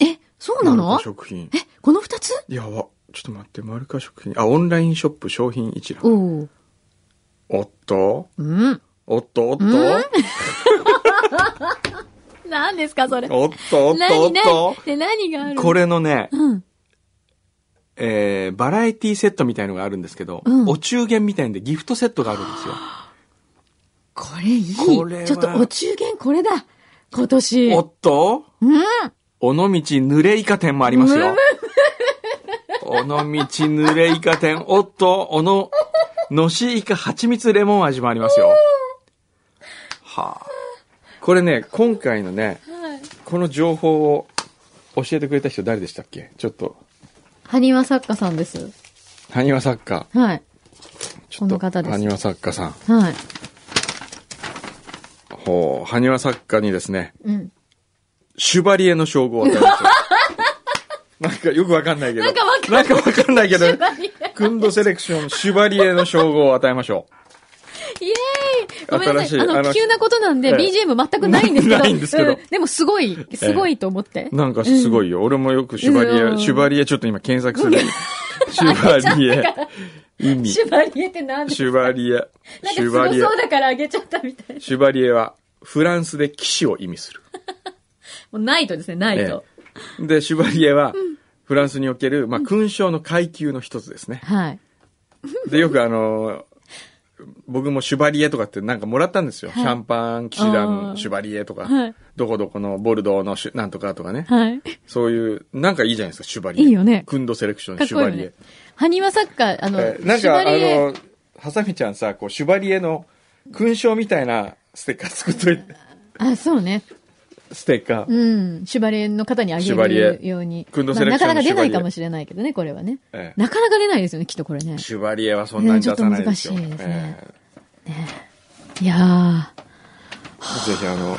[SPEAKER 2] えそうなの
[SPEAKER 1] マルカ食品。
[SPEAKER 2] え、この二つ
[SPEAKER 1] やば。ちょっと待って、マルカ食品。あ、オンラインショップ商品一覧。
[SPEAKER 2] おう
[SPEAKER 1] おっと
[SPEAKER 2] うん。
[SPEAKER 1] おっとおっと
[SPEAKER 2] 何ですか、それ。
[SPEAKER 1] おっとおっとお
[SPEAKER 2] 何、
[SPEAKER 1] っ
[SPEAKER 2] 何
[SPEAKER 1] と
[SPEAKER 2] で、何がある
[SPEAKER 1] こ。れのね、
[SPEAKER 2] うん。
[SPEAKER 1] えー、バラエティセットみたいのがあるんですけど、
[SPEAKER 2] うん
[SPEAKER 1] お中元みたいんでギフトセットがあるんですよ。
[SPEAKER 2] これいい。
[SPEAKER 1] これは
[SPEAKER 2] ちょっとお中元これだ。今年。
[SPEAKER 1] おっと
[SPEAKER 2] うん。
[SPEAKER 1] 尾道濡れイカ店もありますよ。 尾道濡れイカ店、おっと、おの、のしイカ蜂蜜レモン味もありますよ。はあ。これね、今回のね、この情報を教えてくれた人誰でしたっけちょっと、
[SPEAKER 2] 埴輪作家さんです。
[SPEAKER 1] 埴輪作家。
[SPEAKER 2] はい。
[SPEAKER 1] ちょっと、
[SPEAKER 2] この方です
[SPEAKER 1] 埴輪作家さん。
[SPEAKER 2] はい。
[SPEAKER 1] ほう、埴輪作家にですね、
[SPEAKER 2] うん。
[SPEAKER 1] シュバリエの称号を与えました。な んかよくわかんないけど。
[SPEAKER 2] なんかわかん
[SPEAKER 1] なんかわかんないけど、
[SPEAKER 2] イエ
[SPEAKER 1] クンドセレクション、シュバリエの称号を与えましょう。
[SPEAKER 2] ーイごめんなさい。
[SPEAKER 1] 新しい
[SPEAKER 2] あ
[SPEAKER 1] あ
[SPEAKER 2] の、
[SPEAKER 1] の
[SPEAKER 2] 急なことなんで、
[SPEAKER 1] ええ
[SPEAKER 2] BGM 全くないんですけ ど。
[SPEAKER 1] ないんですけど
[SPEAKER 2] うでも、すごい、すごいと思って。
[SPEAKER 1] なんかすごいよ。俺もよくシュバリ
[SPEAKER 2] うん
[SPEAKER 1] エ、シュバリエちょっと今検索する。シュバリエ。意味。
[SPEAKER 2] シュバリエって何です
[SPEAKER 1] シュバリエ。
[SPEAKER 2] なん
[SPEAKER 1] シ
[SPEAKER 2] かす
[SPEAKER 1] ュ
[SPEAKER 2] ご
[SPEAKER 1] バリエ
[SPEAKER 2] そ。うだからあげちゃったみたいな。
[SPEAKER 1] シュバリエはフランスで騎士を意味する。
[SPEAKER 2] もうないとですね、ないと。
[SPEAKER 1] ええで、シュバリエはフランスにおける、まあ、勲章の階級の一つですね。
[SPEAKER 2] はい。
[SPEAKER 1] で、よくあの僕もシュバリエとかってなんかもらったんですよ。
[SPEAKER 2] い
[SPEAKER 1] シャンパン騎士
[SPEAKER 2] あー
[SPEAKER 1] 団シュバリエとか、
[SPEAKER 2] はい
[SPEAKER 1] どこどこのボルドーのシュなんとかとかね。
[SPEAKER 2] はい。
[SPEAKER 1] そういう、なんかいいじゃないですか、シュバリエ。
[SPEAKER 2] いいよね
[SPEAKER 1] クンドセレクション、
[SPEAKER 2] かっ
[SPEAKER 1] シ
[SPEAKER 2] こ
[SPEAKER 1] ュ
[SPEAKER 2] いい
[SPEAKER 1] バ
[SPEAKER 2] よ
[SPEAKER 1] リエ
[SPEAKER 2] ね。。埴輪作家、あの、
[SPEAKER 1] えーなん
[SPEAKER 2] シュ
[SPEAKER 1] か、
[SPEAKER 2] バ
[SPEAKER 1] あ
[SPEAKER 2] リエ、
[SPEAKER 1] の、ハサミちゃんさ、こう、シュバリエの勲章みたいなステッカー作っとい て、
[SPEAKER 2] あ、そうね。
[SPEAKER 1] ステッカー。
[SPEAKER 2] うん。シュバリエの方にあげ
[SPEAKER 1] シュバリエ
[SPEAKER 2] るように。
[SPEAKER 1] クンド
[SPEAKER 2] ま
[SPEAKER 1] セ
[SPEAKER 2] あ
[SPEAKER 1] レ
[SPEAKER 2] な
[SPEAKER 1] クシ
[SPEAKER 2] か
[SPEAKER 1] ョ
[SPEAKER 2] な
[SPEAKER 1] ン
[SPEAKER 2] か
[SPEAKER 1] のシ
[SPEAKER 2] 出
[SPEAKER 1] ュバリエ
[SPEAKER 2] ないかもしれないけどね、これはね。
[SPEAKER 1] ええ
[SPEAKER 2] なかなか出ないですよね、きっとこれね。
[SPEAKER 1] シュバリエはそんなに出さないですよ。
[SPEAKER 2] ねちょっと難しいですね
[SPEAKER 1] え
[SPEAKER 2] いやー。
[SPEAKER 1] ーぜひ、あの、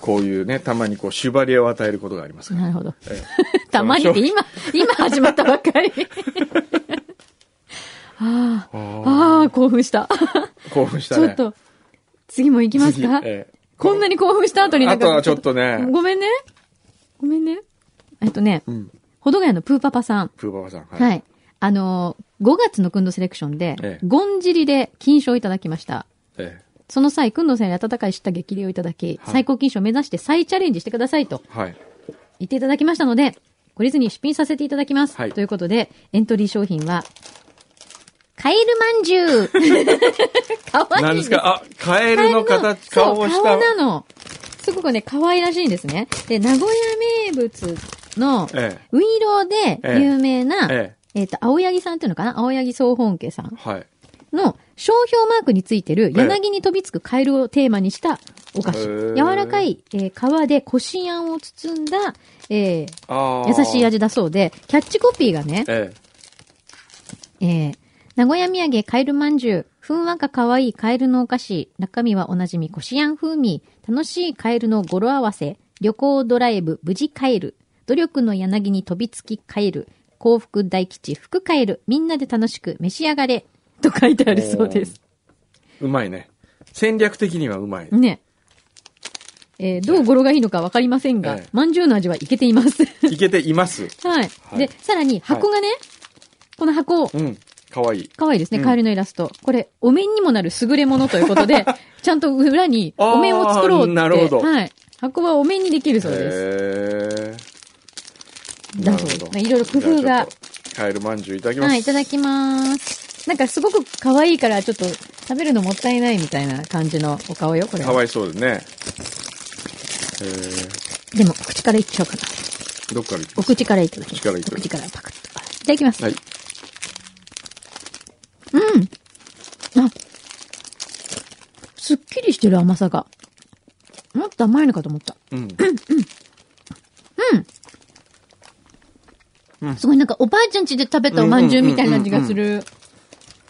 [SPEAKER 1] こういうね、たまにこう、シュバリエを与えることがありますから。
[SPEAKER 2] なるほど。 たまにって今、今始まったばっか り。ああ、ああ、興奮した。
[SPEAKER 1] 興奮した
[SPEAKER 2] ちょっ
[SPEAKER 1] ね。
[SPEAKER 2] と、次も行きますか
[SPEAKER 1] 次 ええ
[SPEAKER 2] こんなに興奮した後にな
[SPEAKER 1] あ
[SPEAKER 2] んか
[SPEAKER 1] とはちょっとね、
[SPEAKER 2] ごめんね。ごめんね。えっとね、
[SPEAKER 1] ん
[SPEAKER 2] ほどがやのプーパパさん。
[SPEAKER 1] プーババさん。は。
[SPEAKER 2] はいい。あのー、5月のくんどセレクションで、
[SPEAKER 1] ええ
[SPEAKER 2] ゴンジリで金賞をいただきました。
[SPEAKER 1] え
[SPEAKER 2] その際、くんどさんに温かい知った激励をいただき、
[SPEAKER 1] い
[SPEAKER 2] 最高金賞を目指して再チャレンジしてくださいと。
[SPEAKER 1] えはい。
[SPEAKER 2] 言っていただきましたので、懲りずに出品させていただきます。
[SPEAKER 1] はい
[SPEAKER 2] ということで、エントリー商品は、カエルまんじゅうかわいい。
[SPEAKER 1] 何ですかあ、カエ
[SPEAKER 2] カ
[SPEAKER 1] ル
[SPEAKER 2] エル
[SPEAKER 1] の形、
[SPEAKER 2] そう
[SPEAKER 1] 顔をし
[SPEAKER 2] 顔
[SPEAKER 1] た。
[SPEAKER 2] なの。すごくね、可愛らしいんですね。で、名古屋名物の、
[SPEAKER 1] え
[SPEAKER 2] ウイローで有名な、
[SPEAKER 1] え
[SPEAKER 2] えっ、
[SPEAKER 1] え
[SPEAKER 2] と、青柳さんっていうのかな青柳総本家さん
[SPEAKER 1] えはい。
[SPEAKER 2] の商標マークについてる柳に飛びつくカエルをテーマにしたお菓子。
[SPEAKER 1] へ
[SPEAKER 2] 柔
[SPEAKER 1] ー
[SPEAKER 2] らかい、えー皮でこしあんを包んだ、えー
[SPEAKER 1] ああ。
[SPEAKER 2] 優しい。味だそうで、キャッチコピーがね、
[SPEAKER 1] ええ
[SPEAKER 2] えー、名古屋土産カエルまんじゅう、ふんわかかわいいカエルのお菓子、中身はおなじみこしあん風味、楽しいカエルの語呂合わせ、旅行ドライブ無事帰る、努力の柳に飛びつき帰る、幸福大吉福帰る、みんなで楽しく召し上がれ、と書いてあるそうです。
[SPEAKER 1] うまいね。戦略的にはうまい。
[SPEAKER 2] ね。えー、どう語呂がいいのかわかりませんが
[SPEAKER 1] ええ、
[SPEAKER 2] まんじゅうの味はいけています。
[SPEAKER 1] いけています。
[SPEAKER 2] はい。
[SPEAKER 1] はい
[SPEAKER 2] で、さらに箱がね、この箱、
[SPEAKER 1] うん。かわいい。
[SPEAKER 2] かわいいですね、
[SPEAKER 1] うん
[SPEAKER 2] カエルのイラスト。これ、お面にもなる優れものというこ とで、ちゃんと裏に
[SPEAKER 1] あー
[SPEAKER 2] お面を作ろうって。
[SPEAKER 1] なるほど
[SPEAKER 2] はい。箱はお面にできるそうです。
[SPEAKER 1] へえ。
[SPEAKER 2] だそうですまあいろいろ工夫が
[SPEAKER 1] じゃあちょっとカエルまんじゅういただきます。
[SPEAKER 2] はい、いただきます。なんかすごく可愛いから、ちょっと食べるのもったいないみたいな感じのお顔よ、これは。
[SPEAKER 1] かわいそうですね。えー、
[SPEAKER 2] でも、口からいっちゃおうかな。
[SPEAKER 1] どっから行き
[SPEAKER 2] お口からいただきます。
[SPEAKER 1] 口からいただきます
[SPEAKER 2] お口からパクッと。いただきます。
[SPEAKER 1] はい。
[SPEAKER 2] すっきりしてる甘さが。もっと甘いのかと思った。
[SPEAKER 1] うん。
[SPEAKER 2] すごいなんかおばあちゃん家で食べたおまんじゅうみたいな味がする。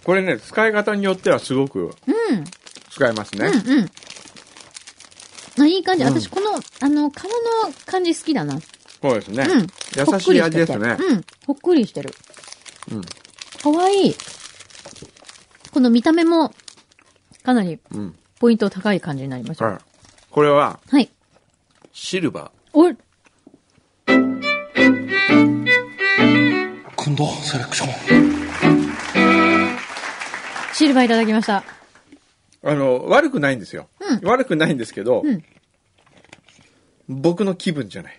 [SPEAKER 1] これね、使い方によってはすごく
[SPEAKER 2] うん。
[SPEAKER 1] 使えますね。
[SPEAKER 2] うんうん。あ、いい感じ。
[SPEAKER 1] うん
[SPEAKER 2] 私、この、あの、皮の感じ好きだな。
[SPEAKER 1] そうですね、
[SPEAKER 2] うん。ほ
[SPEAKER 1] 優
[SPEAKER 2] っく
[SPEAKER 1] し
[SPEAKER 2] り
[SPEAKER 1] い
[SPEAKER 2] て
[SPEAKER 1] 味
[SPEAKER 2] て
[SPEAKER 1] ですね。
[SPEAKER 2] うん。ほっくりしてる。
[SPEAKER 1] うん
[SPEAKER 2] かわいい。この見た目も、かなり
[SPEAKER 1] うん。
[SPEAKER 2] ポイント高い感じになりました。
[SPEAKER 1] はい。これは、
[SPEAKER 2] はい。
[SPEAKER 1] シルバ
[SPEAKER 2] お、
[SPEAKER 3] くんどセレクション
[SPEAKER 2] シルバーいただきました。
[SPEAKER 1] ー。あの、悪くないんですよ。
[SPEAKER 2] う
[SPEAKER 1] 悪くないんですけど、
[SPEAKER 2] うん
[SPEAKER 1] 僕の気分じゃない。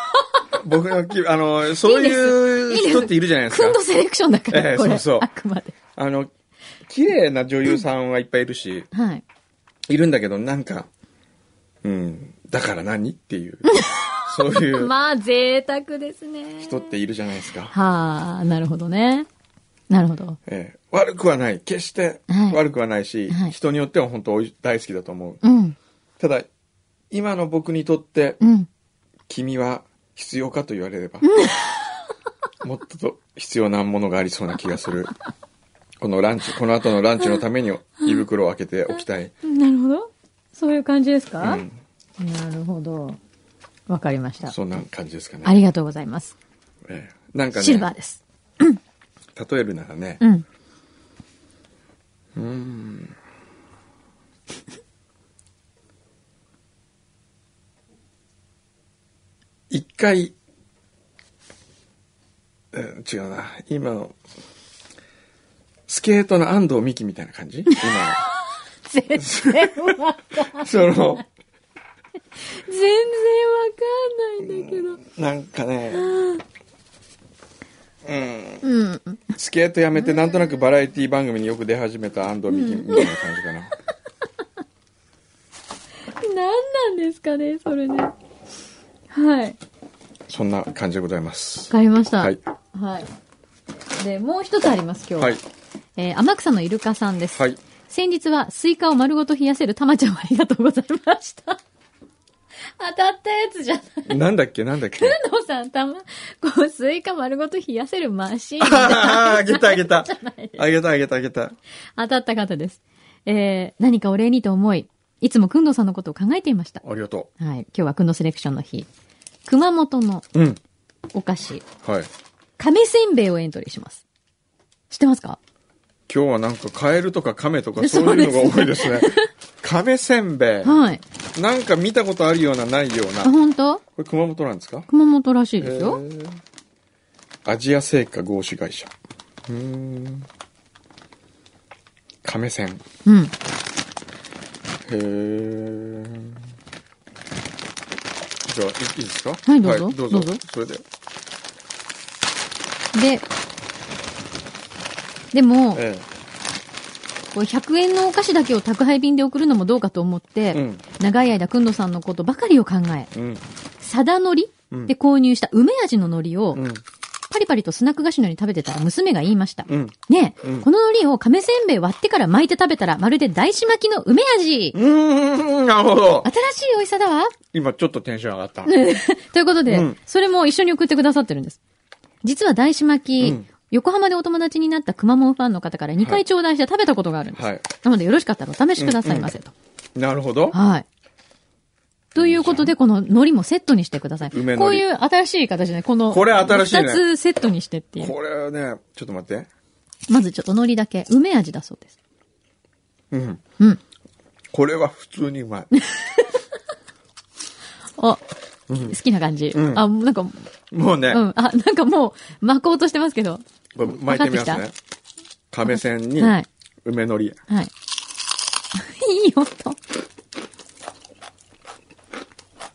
[SPEAKER 1] 僕の気分、あの、そういう
[SPEAKER 2] いいんです
[SPEAKER 1] 人っているじゃないですか。
[SPEAKER 2] くんどセレクションだから、
[SPEAKER 1] ええ
[SPEAKER 2] これ。
[SPEAKER 1] そうそう
[SPEAKER 2] あくまで。
[SPEAKER 1] あの、綺麗な女優さんはいっぱいいるし、
[SPEAKER 2] はい。
[SPEAKER 1] いるんだけど、なんか、うん、だから何っていう、そういう
[SPEAKER 2] まあ、贅沢ですね。
[SPEAKER 1] 人っているじゃないですか。
[SPEAKER 2] はあ、なるほどね。なるほど。
[SPEAKER 1] ええ悪くはない。決して
[SPEAKER 2] はい
[SPEAKER 1] 悪くはないし、
[SPEAKER 2] はい
[SPEAKER 1] 人によっては本当おい大好きだと思う。
[SPEAKER 2] うん、
[SPEAKER 1] ただ、今の僕にとって、
[SPEAKER 2] うん。
[SPEAKER 1] 君は必要かと言われれば、 もっとと必要なものがありそうな気がする。このランチ、この後のランチのために胃袋を開けておきたい。
[SPEAKER 2] なるほど。そういう感じです
[SPEAKER 1] う
[SPEAKER 2] か、
[SPEAKER 1] ん。
[SPEAKER 2] なるほど。わかりました。
[SPEAKER 1] そんな感じですかね。
[SPEAKER 2] ありがとうございます。
[SPEAKER 1] ええなんか
[SPEAKER 2] シルバー
[SPEAKER 1] ね、
[SPEAKER 2] です。
[SPEAKER 1] 例えるならね、
[SPEAKER 2] うん。
[SPEAKER 1] 一回、うん違うな。今の、スケートの安藤美希みたいな感じ今
[SPEAKER 2] 絶対わかんない。
[SPEAKER 1] のその、
[SPEAKER 2] 全然わかんないんだ
[SPEAKER 1] なんかね、
[SPEAKER 2] けど。うん。
[SPEAKER 1] スケートやめてなんとなくバラエティ番組によく出始めた安藤美希みたいな感じかな。
[SPEAKER 2] 何なんですかね、それね。はい。わ
[SPEAKER 1] そんな感じでございます。
[SPEAKER 2] かりました。
[SPEAKER 1] はい。
[SPEAKER 2] はい。で、もう一つあります、今日。
[SPEAKER 1] はい。
[SPEAKER 2] えー天草のイルカさんです。
[SPEAKER 1] はい。
[SPEAKER 2] 先日はスイカを丸ごと冷やせるたまちゃんをありがとうございました。 当たったやつじゃない。
[SPEAKER 1] なんだっけなんだっけ
[SPEAKER 2] 遠藤さん、たま、こう、スイカ丸ごと冷やせるマシーン
[SPEAKER 1] ああ、あげたあげた。あげたあげたあげた。
[SPEAKER 2] 当たった方です。えー、何かお礼にと思い、いつもくんどうさんのことを考えていました。
[SPEAKER 1] ありがと
[SPEAKER 2] はい。今日はくんどうセレクションの日。熊本の
[SPEAKER 1] う。うん。
[SPEAKER 2] お菓子、
[SPEAKER 1] はい。
[SPEAKER 2] 亀せんべいをエントリーします。知ってますか
[SPEAKER 1] 今日はなんかカエルとかカメとかそういうのが多いですね。カメせんべい。
[SPEAKER 2] はい。
[SPEAKER 1] なんか見たことあるようなないよう
[SPEAKER 2] あ、
[SPEAKER 1] な。こ
[SPEAKER 2] 本当？
[SPEAKER 1] れ熊本なんですか
[SPEAKER 2] 熊本らしい
[SPEAKER 1] へ
[SPEAKER 2] ですよ。
[SPEAKER 1] ーアジア製菓合資会社。うーん。亀せん。へ
[SPEAKER 2] うん。
[SPEAKER 1] え。じゃあ、いいいですか
[SPEAKER 2] はいどうぞ
[SPEAKER 1] どうぞ。
[SPEAKER 2] どうぞ
[SPEAKER 1] それで。
[SPEAKER 2] で、でも、
[SPEAKER 1] え
[SPEAKER 2] こう100円のお菓子だけを宅配便で送るのもどうかと思って、
[SPEAKER 1] うん
[SPEAKER 2] 長い間、くんどさんのことばかりを考え、
[SPEAKER 1] え。うん。
[SPEAKER 2] サダのり
[SPEAKER 1] うん
[SPEAKER 2] で購入した梅味の海苔を、
[SPEAKER 1] うん。
[SPEAKER 2] パリパリとスナック菓子のように食べてたら娘が言いました。
[SPEAKER 1] うん。
[SPEAKER 2] ねえ、
[SPEAKER 1] うん
[SPEAKER 2] この海苔を亀せんべい割ってから巻いて食べたら、まるで大師巻きの梅味、
[SPEAKER 1] うーん、なるほど。
[SPEAKER 2] 新しい美味しさだわ
[SPEAKER 1] 今ちょっとテンション上がった。
[SPEAKER 2] ということで、
[SPEAKER 1] うん
[SPEAKER 2] それも一緒に送ってくださってるんです。実は大師巻き、
[SPEAKER 1] うん
[SPEAKER 2] 横浜でお友達になったくまモンファンの方から2
[SPEAKER 1] は
[SPEAKER 2] 回
[SPEAKER 1] い
[SPEAKER 2] 頂戴して食べたことがあるんです。
[SPEAKER 1] はい
[SPEAKER 2] なのでよろしかったらお試しくださいませと。
[SPEAKER 1] なるほど。
[SPEAKER 2] はい。ということで、この海苔もセットにしてください。
[SPEAKER 1] 梅海苔
[SPEAKER 2] こういう新しい形で、この、
[SPEAKER 1] これ新しいね
[SPEAKER 2] 二つセットにしてっていう。
[SPEAKER 1] これはね、ちょっと待って。
[SPEAKER 2] まずちょっと海苔だけ、梅味だそうです。
[SPEAKER 1] うん。
[SPEAKER 2] うん。
[SPEAKER 1] これは普通にうまい。
[SPEAKER 2] あ、好きな感じ。
[SPEAKER 1] うん
[SPEAKER 2] あ、なんか、うん。
[SPEAKER 1] もうね、
[SPEAKER 2] あ、なんかもう、巻こうとしてますけど。
[SPEAKER 1] これ巻いてみます
[SPEAKER 2] わかっ
[SPEAKER 1] ね。亀仙に
[SPEAKER 2] はい
[SPEAKER 1] 梅のり。
[SPEAKER 2] はい。 いい音。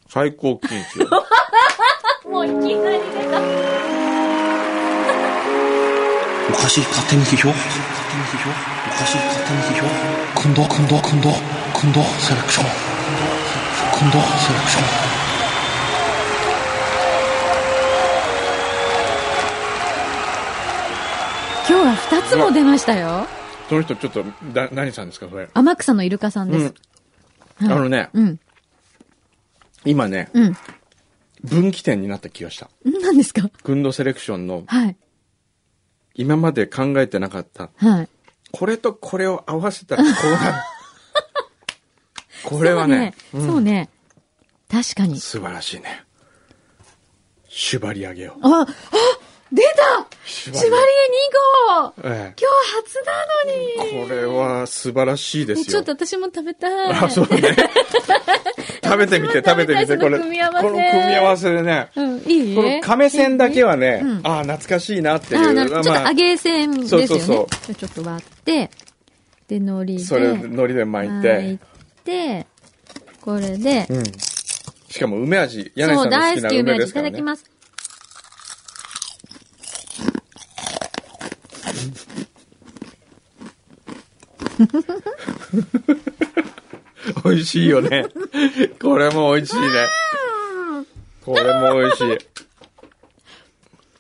[SPEAKER 1] 最高金賞。
[SPEAKER 2] もういきなり出た。
[SPEAKER 3] おかしい勝手に批評おかしい勝手に批評くんどくんどくんどくんどセレクションくんどセレクション
[SPEAKER 2] 今日は二つも出ましたよ。
[SPEAKER 1] その人ちょっと、だ、何さんですか、それ。
[SPEAKER 2] 天草のイルカさんです。
[SPEAKER 1] うん。あのね、
[SPEAKER 2] うん。
[SPEAKER 1] 今ね、
[SPEAKER 2] うん。
[SPEAKER 1] 分岐点になった気がした。
[SPEAKER 2] 何ですか
[SPEAKER 1] 軍道セレクションの、
[SPEAKER 2] はい。
[SPEAKER 1] 今まで考えてなかった。
[SPEAKER 2] はい。
[SPEAKER 1] これとこれを合わせたらこう なる。これはね、
[SPEAKER 2] そうね。そうね確かに。
[SPEAKER 1] 素晴らしいね。縛り上げよう。
[SPEAKER 2] あ、あ、出た
[SPEAKER 1] 縛
[SPEAKER 2] 縛り絵2号
[SPEAKER 1] え
[SPEAKER 2] 今日初なの
[SPEAKER 1] え、
[SPEAKER 2] に
[SPEAKER 1] これは素晴らしいで
[SPEAKER 2] え
[SPEAKER 1] す
[SPEAKER 2] ちょっ
[SPEAKER 1] よ
[SPEAKER 2] と。私も食べたい。
[SPEAKER 1] あ、そう ね。食べてみて、
[SPEAKER 2] 私
[SPEAKER 1] 食
[SPEAKER 2] も食べ
[SPEAKER 1] べて
[SPEAKER 2] たい
[SPEAKER 1] みて、こ
[SPEAKER 2] その
[SPEAKER 1] れ。
[SPEAKER 2] 組み合わせ
[SPEAKER 1] この組み合わせでね。
[SPEAKER 2] うん、いい
[SPEAKER 1] この亀線だけはね、
[SPEAKER 2] うん
[SPEAKER 1] ああ、懐かしいなって
[SPEAKER 2] ああ、
[SPEAKER 1] い
[SPEAKER 2] な
[SPEAKER 1] う。
[SPEAKER 2] るほど。ちょっと揚げ線ですよね。
[SPEAKER 1] そうそう
[SPEAKER 2] じゃあちょっと割って、で、海苔で。
[SPEAKER 1] それを海苔で巻い
[SPEAKER 2] 巻い
[SPEAKER 1] て。
[SPEAKER 2] て、これで、
[SPEAKER 1] うん。しかも梅味、柳
[SPEAKER 2] そ
[SPEAKER 1] さ
[SPEAKER 2] うん
[SPEAKER 1] の好
[SPEAKER 2] 大
[SPEAKER 1] き
[SPEAKER 2] 好
[SPEAKER 1] な
[SPEAKER 2] き梅
[SPEAKER 1] 梅で
[SPEAKER 2] 味い
[SPEAKER 1] すか
[SPEAKER 2] た
[SPEAKER 1] ら
[SPEAKER 2] だき
[SPEAKER 1] ね。
[SPEAKER 2] ます。
[SPEAKER 1] 美味しいよね。これも美味しいね。これも美味しい。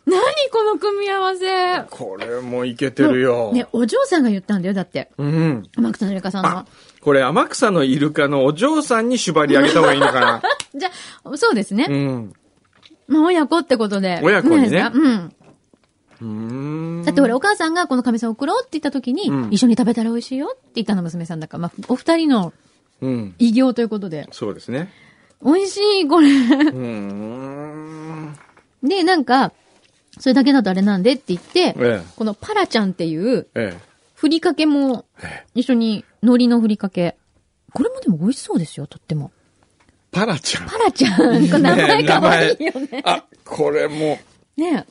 [SPEAKER 2] 何この組み合わせ
[SPEAKER 1] これもいけてるよ。
[SPEAKER 2] ね、お嬢さんが言ったんだよ、だって。
[SPEAKER 1] うん。
[SPEAKER 2] 天草のイルカさんは。
[SPEAKER 1] これ、天草のイルカのお嬢さんに縛り上げた方がいいのか な。
[SPEAKER 2] じゃあ、そうですね
[SPEAKER 1] う。ん。
[SPEAKER 2] まあ、親子ってことで。
[SPEAKER 1] 親子にね
[SPEAKER 2] いいですかうん。
[SPEAKER 1] うーん。
[SPEAKER 2] だって俺、お母さんがこの亀さん送ろうって言った時に、
[SPEAKER 1] うん
[SPEAKER 2] 一緒に食べたら美味しいよって言ったの娘さんだから、まあ、お二人の
[SPEAKER 1] うん。
[SPEAKER 2] 異業ということで。
[SPEAKER 1] そうですね。
[SPEAKER 2] 美味しい、これ。
[SPEAKER 1] う ーん。
[SPEAKER 2] で、なんか、それだけだとあれなんでって言って、
[SPEAKER 1] ええ
[SPEAKER 2] このパラちゃんっていう、
[SPEAKER 1] え
[SPEAKER 2] ふりかけも
[SPEAKER 1] え。ええ
[SPEAKER 2] 一緒に、海苔のふりかけ。これもでも美味しそうですよ、とっ ても。
[SPEAKER 1] パラちゃん。
[SPEAKER 2] パラちゃん、これ名前かわいいよね。
[SPEAKER 1] あ、これも、
[SPEAKER 2] ね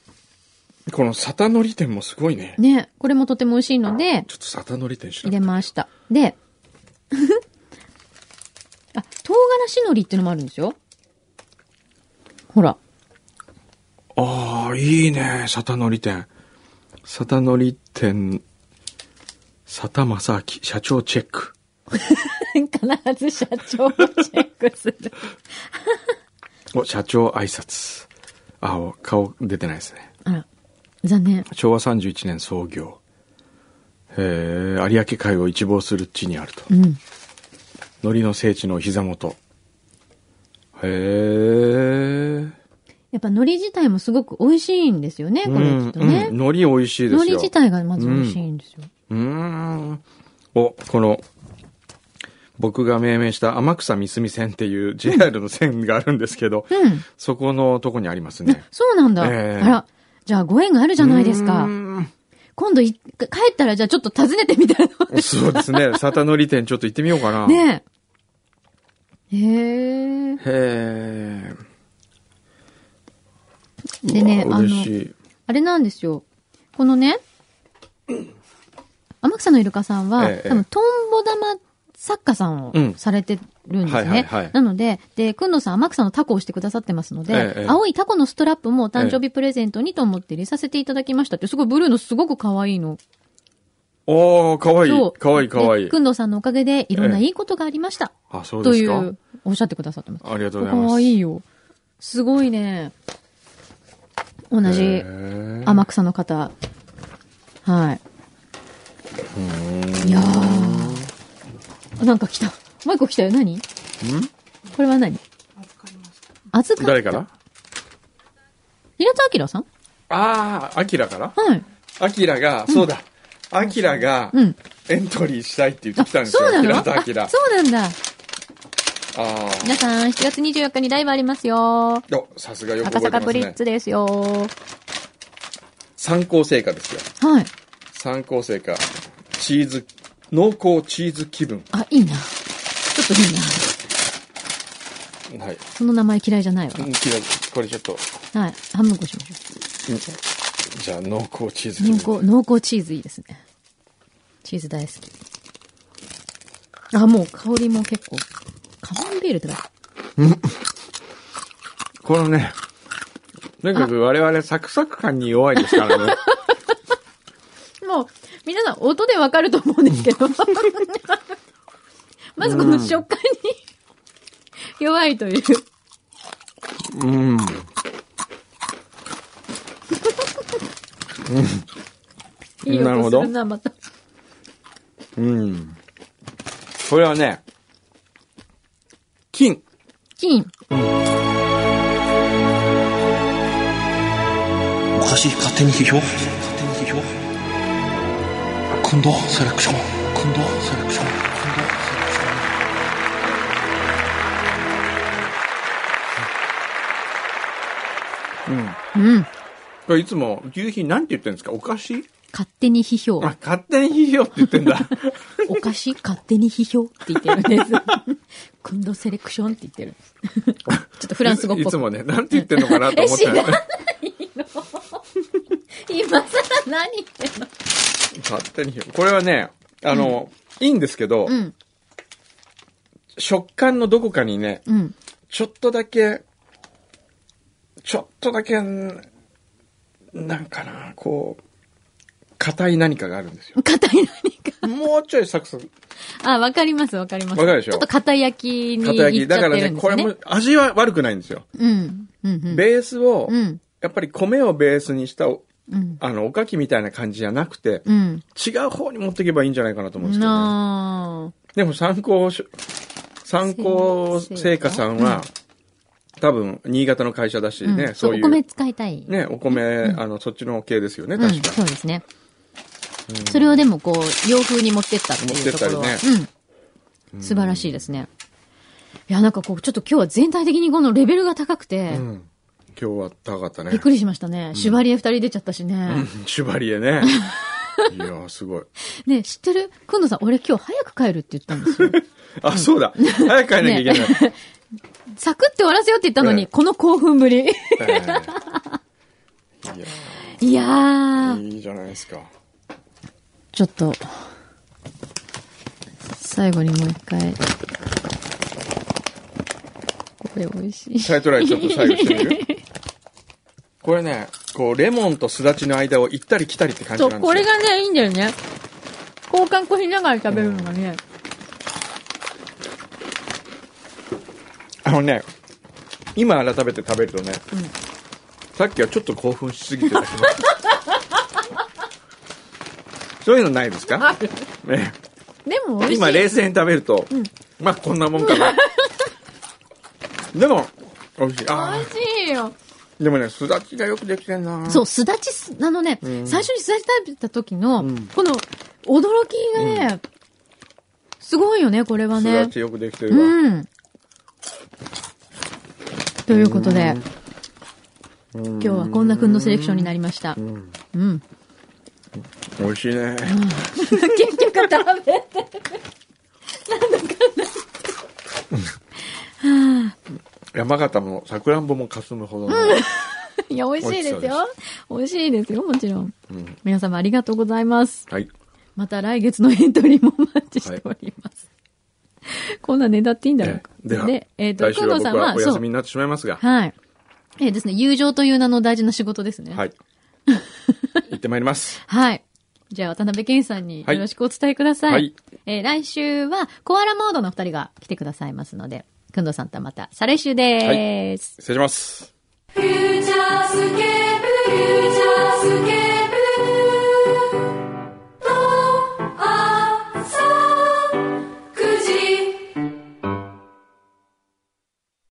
[SPEAKER 1] このサタノリ店もすごいね。
[SPEAKER 2] ねこれもとても美味しいので、
[SPEAKER 1] ちょっとサタノリ店調べ
[SPEAKER 2] 入れ
[SPEAKER 1] て。
[SPEAKER 2] ました。で、 あ、唐辛子海苔っていうのもあるんですよ。ほら。
[SPEAKER 1] ああ、いいね。サタノリ店。サタノリ店、サタマサアキ、社長チェック。
[SPEAKER 2] 必ず社長をチェックする。
[SPEAKER 1] お、社長挨拶。あ、お顔出てないですね。
[SPEAKER 2] あら、残念。
[SPEAKER 1] 昭和31年創業。えー、有明海を一望する地にあると。
[SPEAKER 2] うん。
[SPEAKER 1] 海苔の聖地のお膝元。へー。
[SPEAKER 2] やっぱ海苔自体もすごく美味しいんですよね、これきっとね。
[SPEAKER 1] うん海苔美味しいですよ。
[SPEAKER 2] 海苔自体がまず美味しいんですよ。
[SPEAKER 1] うーん。お、この、僕が命名した天草三隅線っていう JR の線があるんですけど、
[SPEAKER 2] うん。
[SPEAKER 1] そこのとこにありますね。
[SPEAKER 2] そうなんだ。
[SPEAKER 1] ええ
[SPEAKER 2] あら、じゃあご縁があるじゃないですか
[SPEAKER 1] う。ー
[SPEAKER 2] 今度い帰ったらじゃあちょっと訪ねてみたらどうで
[SPEAKER 1] ん。
[SPEAKER 2] す
[SPEAKER 1] そうです ね。サタノリ店ちょっと行ってみようかな。
[SPEAKER 2] か ねえ。へえ。
[SPEAKER 1] へえ。
[SPEAKER 2] でね
[SPEAKER 1] う、わ
[SPEAKER 2] あ
[SPEAKER 1] 嬉し
[SPEAKER 2] の、
[SPEAKER 1] い。
[SPEAKER 2] あれなんですよ。こ のね、天草のイルカさんは、
[SPEAKER 1] ええ
[SPEAKER 2] 多分トンボ玉作家さんを
[SPEAKER 1] うん
[SPEAKER 2] されてるんで
[SPEAKER 1] は
[SPEAKER 2] すね。
[SPEAKER 1] いはいはい
[SPEAKER 2] なので、で、くんのさん天草のタコをしてくださってますので、
[SPEAKER 1] ええ
[SPEAKER 2] 青いタコのストラップもお誕生日プレゼントにと思って入れさせていただきましたって、すごいブルーのすごく可愛いの。
[SPEAKER 1] おー、かわい
[SPEAKER 2] そ
[SPEAKER 1] い。
[SPEAKER 2] う
[SPEAKER 1] かわいいかわいい
[SPEAKER 2] く。んのさんのおかげでいろんな
[SPEAKER 1] ええ
[SPEAKER 2] いいことがありました。
[SPEAKER 1] あ、そう
[SPEAKER 2] と
[SPEAKER 1] で
[SPEAKER 2] い
[SPEAKER 1] すか。
[SPEAKER 2] う、おっしゃってくださってます。
[SPEAKER 1] ありがとうございます。
[SPEAKER 2] 可愛いよ。すごいね。同
[SPEAKER 1] へ
[SPEAKER 2] じ
[SPEAKER 1] ー。
[SPEAKER 2] 天草の方。はい。いやー。あなんか来た。もう一個来たよ。何んこれは何預か
[SPEAKER 1] 誰から
[SPEAKER 2] 平田明さん
[SPEAKER 1] あー、アキラから
[SPEAKER 2] はい。
[SPEAKER 1] アキラが、そうだ、アキラが
[SPEAKER 2] うん。
[SPEAKER 1] エントリーしたいって言って
[SPEAKER 2] あ、
[SPEAKER 1] きたんです
[SPEAKER 2] そ
[SPEAKER 1] よ、
[SPEAKER 2] うなの
[SPEAKER 1] 平
[SPEAKER 2] あそ
[SPEAKER 1] 田アキラ。
[SPEAKER 2] うなんだ。
[SPEAKER 1] あ
[SPEAKER 2] 皆さん、7月24日にライブありますよ。
[SPEAKER 1] あ。お、さすがよく覚えて
[SPEAKER 2] 赤坂
[SPEAKER 1] ます
[SPEAKER 2] ブリッ
[SPEAKER 1] ね。
[SPEAKER 2] ツですよ。
[SPEAKER 1] 参考成果ですよ。
[SPEAKER 2] はい。
[SPEAKER 1] 参考成果。チーズ、濃厚チーズ気分。
[SPEAKER 2] あ、いいな。ちょっといいな。
[SPEAKER 1] はい。
[SPEAKER 2] その名前嫌いじゃないわ
[SPEAKER 1] う。んきなこれちょっと、
[SPEAKER 2] はい。半分こしましょ
[SPEAKER 1] じゃあ濃厚チーズ気分。
[SPEAKER 2] う。濃厚、濃厚チーズいいですね。チーズ大好き。あ、もう香りも結構。カマンベールってか。
[SPEAKER 1] このね、とにかく我々サクサク感に弱いですから ね。
[SPEAKER 2] もう、皆さん音でわかると思うんですけど。 まずこの食感に弱いという。
[SPEAKER 1] うん。うん
[SPEAKER 2] いい
[SPEAKER 1] なるほ
[SPEAKER 2] 音す
[SPEAKER 1] ど
[SPEAKER 2] るな、また。
[SPEAKER 1] うん。これはね、金。
[SPEAKER 2] 金。
[SPEAKER 3] おかしい勝手に批評勝手に批評今度セレクション今度セレクション今度セレクション
[SPEAKER 2] うん。
[SPEAKER 1] これいつも、牛皮なんて言ってるんですかお菓子
[SPEAKER 2] 勝手に批評。
[SPEAKER 1] あ、勝手に批評って言ってん だ。
[SPEAKER 2] お菓子勝手に批評って言ってるんです。 今度セレクションって言ってる。 ちょっとフ
[SPEAKER 1] フ
[SPEAKER 2] ランス語っ
[SPEAKER 1] い
[SPEAKER 2] ぽ
[SPEAKER 1] つ
[SPEAKER 2] く。
[SPEAKER 1] もね、なんて言ってんのかなと
[SPEAKER 2] え、
[SPEAKER 1] 思っ
[SPEAKER 2] 知
[SPEAKER 1] た
[SPEAKER 2] ら
[SPEAKER 1] ら
[SPEAKER 2] ない
[SPEAKER 1] ね。
[SPEAKER 2] の 今さら何言ってんの
[SPEAKER 1] 勝手に批評。これはね、あの、いいんですけど、
[SPEAKER 2] うん、
[SPEAKER 1] 食感のどこかにね、
[SPEAKER 2] うん。
[SPEAKER 1] ちょっとだけ、ちょっとだけ、んなんかな、こう、硬い何かがあるんですよ。
[SPEAKER 2] 硬い
[SPEAKER 1] もうちょいサクサク。
[SPEAKER 2] 何あ、わかります、わかります。
[SPEAKER 1] わかるでしょ
[SPEAKER 2] ちょっと硬い焼きに
[SPEAKER 1] 硬焼
[SPEAKER 2] 行
[SPEAKER 1] き。
[SPEAKER 2] っち
[SPEAKER 1] だ
[SPEAKER 2] ゃ
[SPEAKER 1] か
[SPEAKER 2] っ
[SPEAKER 1] ら
[SPEAKER 2] てる
[SPEAKER 1] ね、
[SPEAKER 2] んです
[SPEAKER 1] こ
[SPEAKER 2] よ
[SPEAKER 1] れ
[SPEAKER 2] ね。
[SPEAKER 1] も味は悪くないんですよ。
[SPEAKER 2] うん。ううんうん。
[SPEAKER 1] ベースを、
[SPEAKER 2] うん。
[SPEAKER 1] やっぱり米をベースにしたお、
[SPEAKER 2] うん。
[SPEAKER 1] あの、おかきみたいな感じじゃなくて、
[SPEAKER 2] うん。
[SPEAKER 1] 違う方に持っていけばいいんじゃないかなと思うんですけど、ね、
[SPEAKER 2] なあ。
[SPEAKER 1] でも参考し、参考成果さんは、多分、新潟の会社だしね、
[SPEAKER 2] うん
[SPEAKER 1] そうい
[SPEAKER 2] お米
[SPEAKER 1] う、
[SPEAKER 2] 使いたい。
[SPEAKER 1] ね、お米、あの、そっちの系ですよね、
[SPEAKER 2] うん、
[SPEAKER 1] 確か。
[SPEAKER 2] そうですね。それをでもこう、洋風に持ってったっていうところは。
[SPEAKER 1] 持ってった
[SPEAKER 2] うん。素晴らしいですね。いや、なんかこう、ちょっと今日は全体的にこのレベルが高くて、
[SPEAKER 1] うん。今日は高かったね。
[SPEAKER 2] びっくりしましたね。シュバリエ二人出ちゃったし
[SPEAKER 1] う
[SPEAKER 2] ね。
[SPEAKER 1] ん シュバリエ ね。いやー、すごい。
[SPEAKER 2] ね、知ってるくんどさん、俺今日早く帰るって言ったんですよ。
[SPEAKER 1] あ、そうだ。早く帰んなきゃいけない。
[SPEAKER 2] サクって終わらせようって言ったのに、
[SPEAKER 1] ええ
[SPEAKER 2] この興奮ぶり。
[SPEAKER 1] ええいや
[SPEAKER 2] いやー、
[SPEAKER 1] ーいいじゃないですか。
[SPEAKER 2] ちょっと、最後にもう一回。これ美味しい。
[SPEAKER 1] タイトライちょっと最後してみるこれね、こう、レモンとすだちの間を行ったり来たりって感じ
[SPEAKER 2] そ
[SPEAKER 1] なん
[SPEAKER 2] う、
[SPEAKER 1] ですよ。
[SPEAKER 2] これがね、いいんだよね。交換こしながら食べるのがね。
[SPEAKER 1] あのね、今改めて食べるとね、さっきはちょっと興奮しすぎてた けどそういうのないですか、ね、
[SPEAKER 2] でも美味しい。
[SPEAKER 1] 今冷静に食べると、まあこんなもんかな。でも、美味しい。あ
[SPEAKER 2] 美味しいよ。
[SPEAKER 1] ーでもね、すだちがよくできてんな。
[SPEAKER 2] そう、すだちす、あのね、最初にすだち食べた時の、この、驚きがね、すごいよね、これは
[SPEAKER 1] すだ
[SPEAKER 2] ね。
[SPEAKER 1] ちよくできてるわ。
[SPEAKER 2] うん。ということで、今日はこんなくんのセレクションになりました。うん。
[SPEAKER 1] 美味しいね。
[SPEAKER 2] 結局食べてる。なんだかんだ。はあ
[SPEAKER 1] 山形もさくらんぼもかすむほどの。
[SPEAKER 2] いや、美味しいです
[SPEAKER 1] 美味し
[SPEAKER 2] よ。美味しいですよ、もちろん。
[SPEAKER 1] ん
[SPEAKER 2] 皆様ありがとうございます。
[SPEAKER 1] はい。
[SPEAKER 2] また来月のエントリーもお待ちしております。こんな値段っていいんだろうか。
[SPEAKER 1] ええでは
[SPEAKER 2] えっ、と、
[SPEAKER 1] 来
[SPEAKER 2] く
[SPEAKER 1] 週
[SPEAKER 2] ん
[SPEAKER 1] は
[SPEAKER 2] どさん
[SPEAKER 1] 僕は
[SPEAKER 2] は、
[SPEAKER 1] お
[SPEAKER 2] そ
[SPEAKER 1] 休
[SPEAKER 2] う
[SPEAKER 1] み。になってしまいますが、
[SPEAKER 2] はい。えーですね、友情という名の大事な仕事ですね。。
[SPEAKER 1] はい い。行ってまいります。
[SPEAKER 2] はい。じゃあ、渡辺健さんによろしくお伝えください。
[SPEAKER 1] はい
[SPEAKER 2] えー来週は、コアラモードの二人が来てくださいますので、くんどさんとはまた、再来週でーす。
[SPEAKER 1] 失礼します。
[SPEAKER 4] 「フューチャースケープ」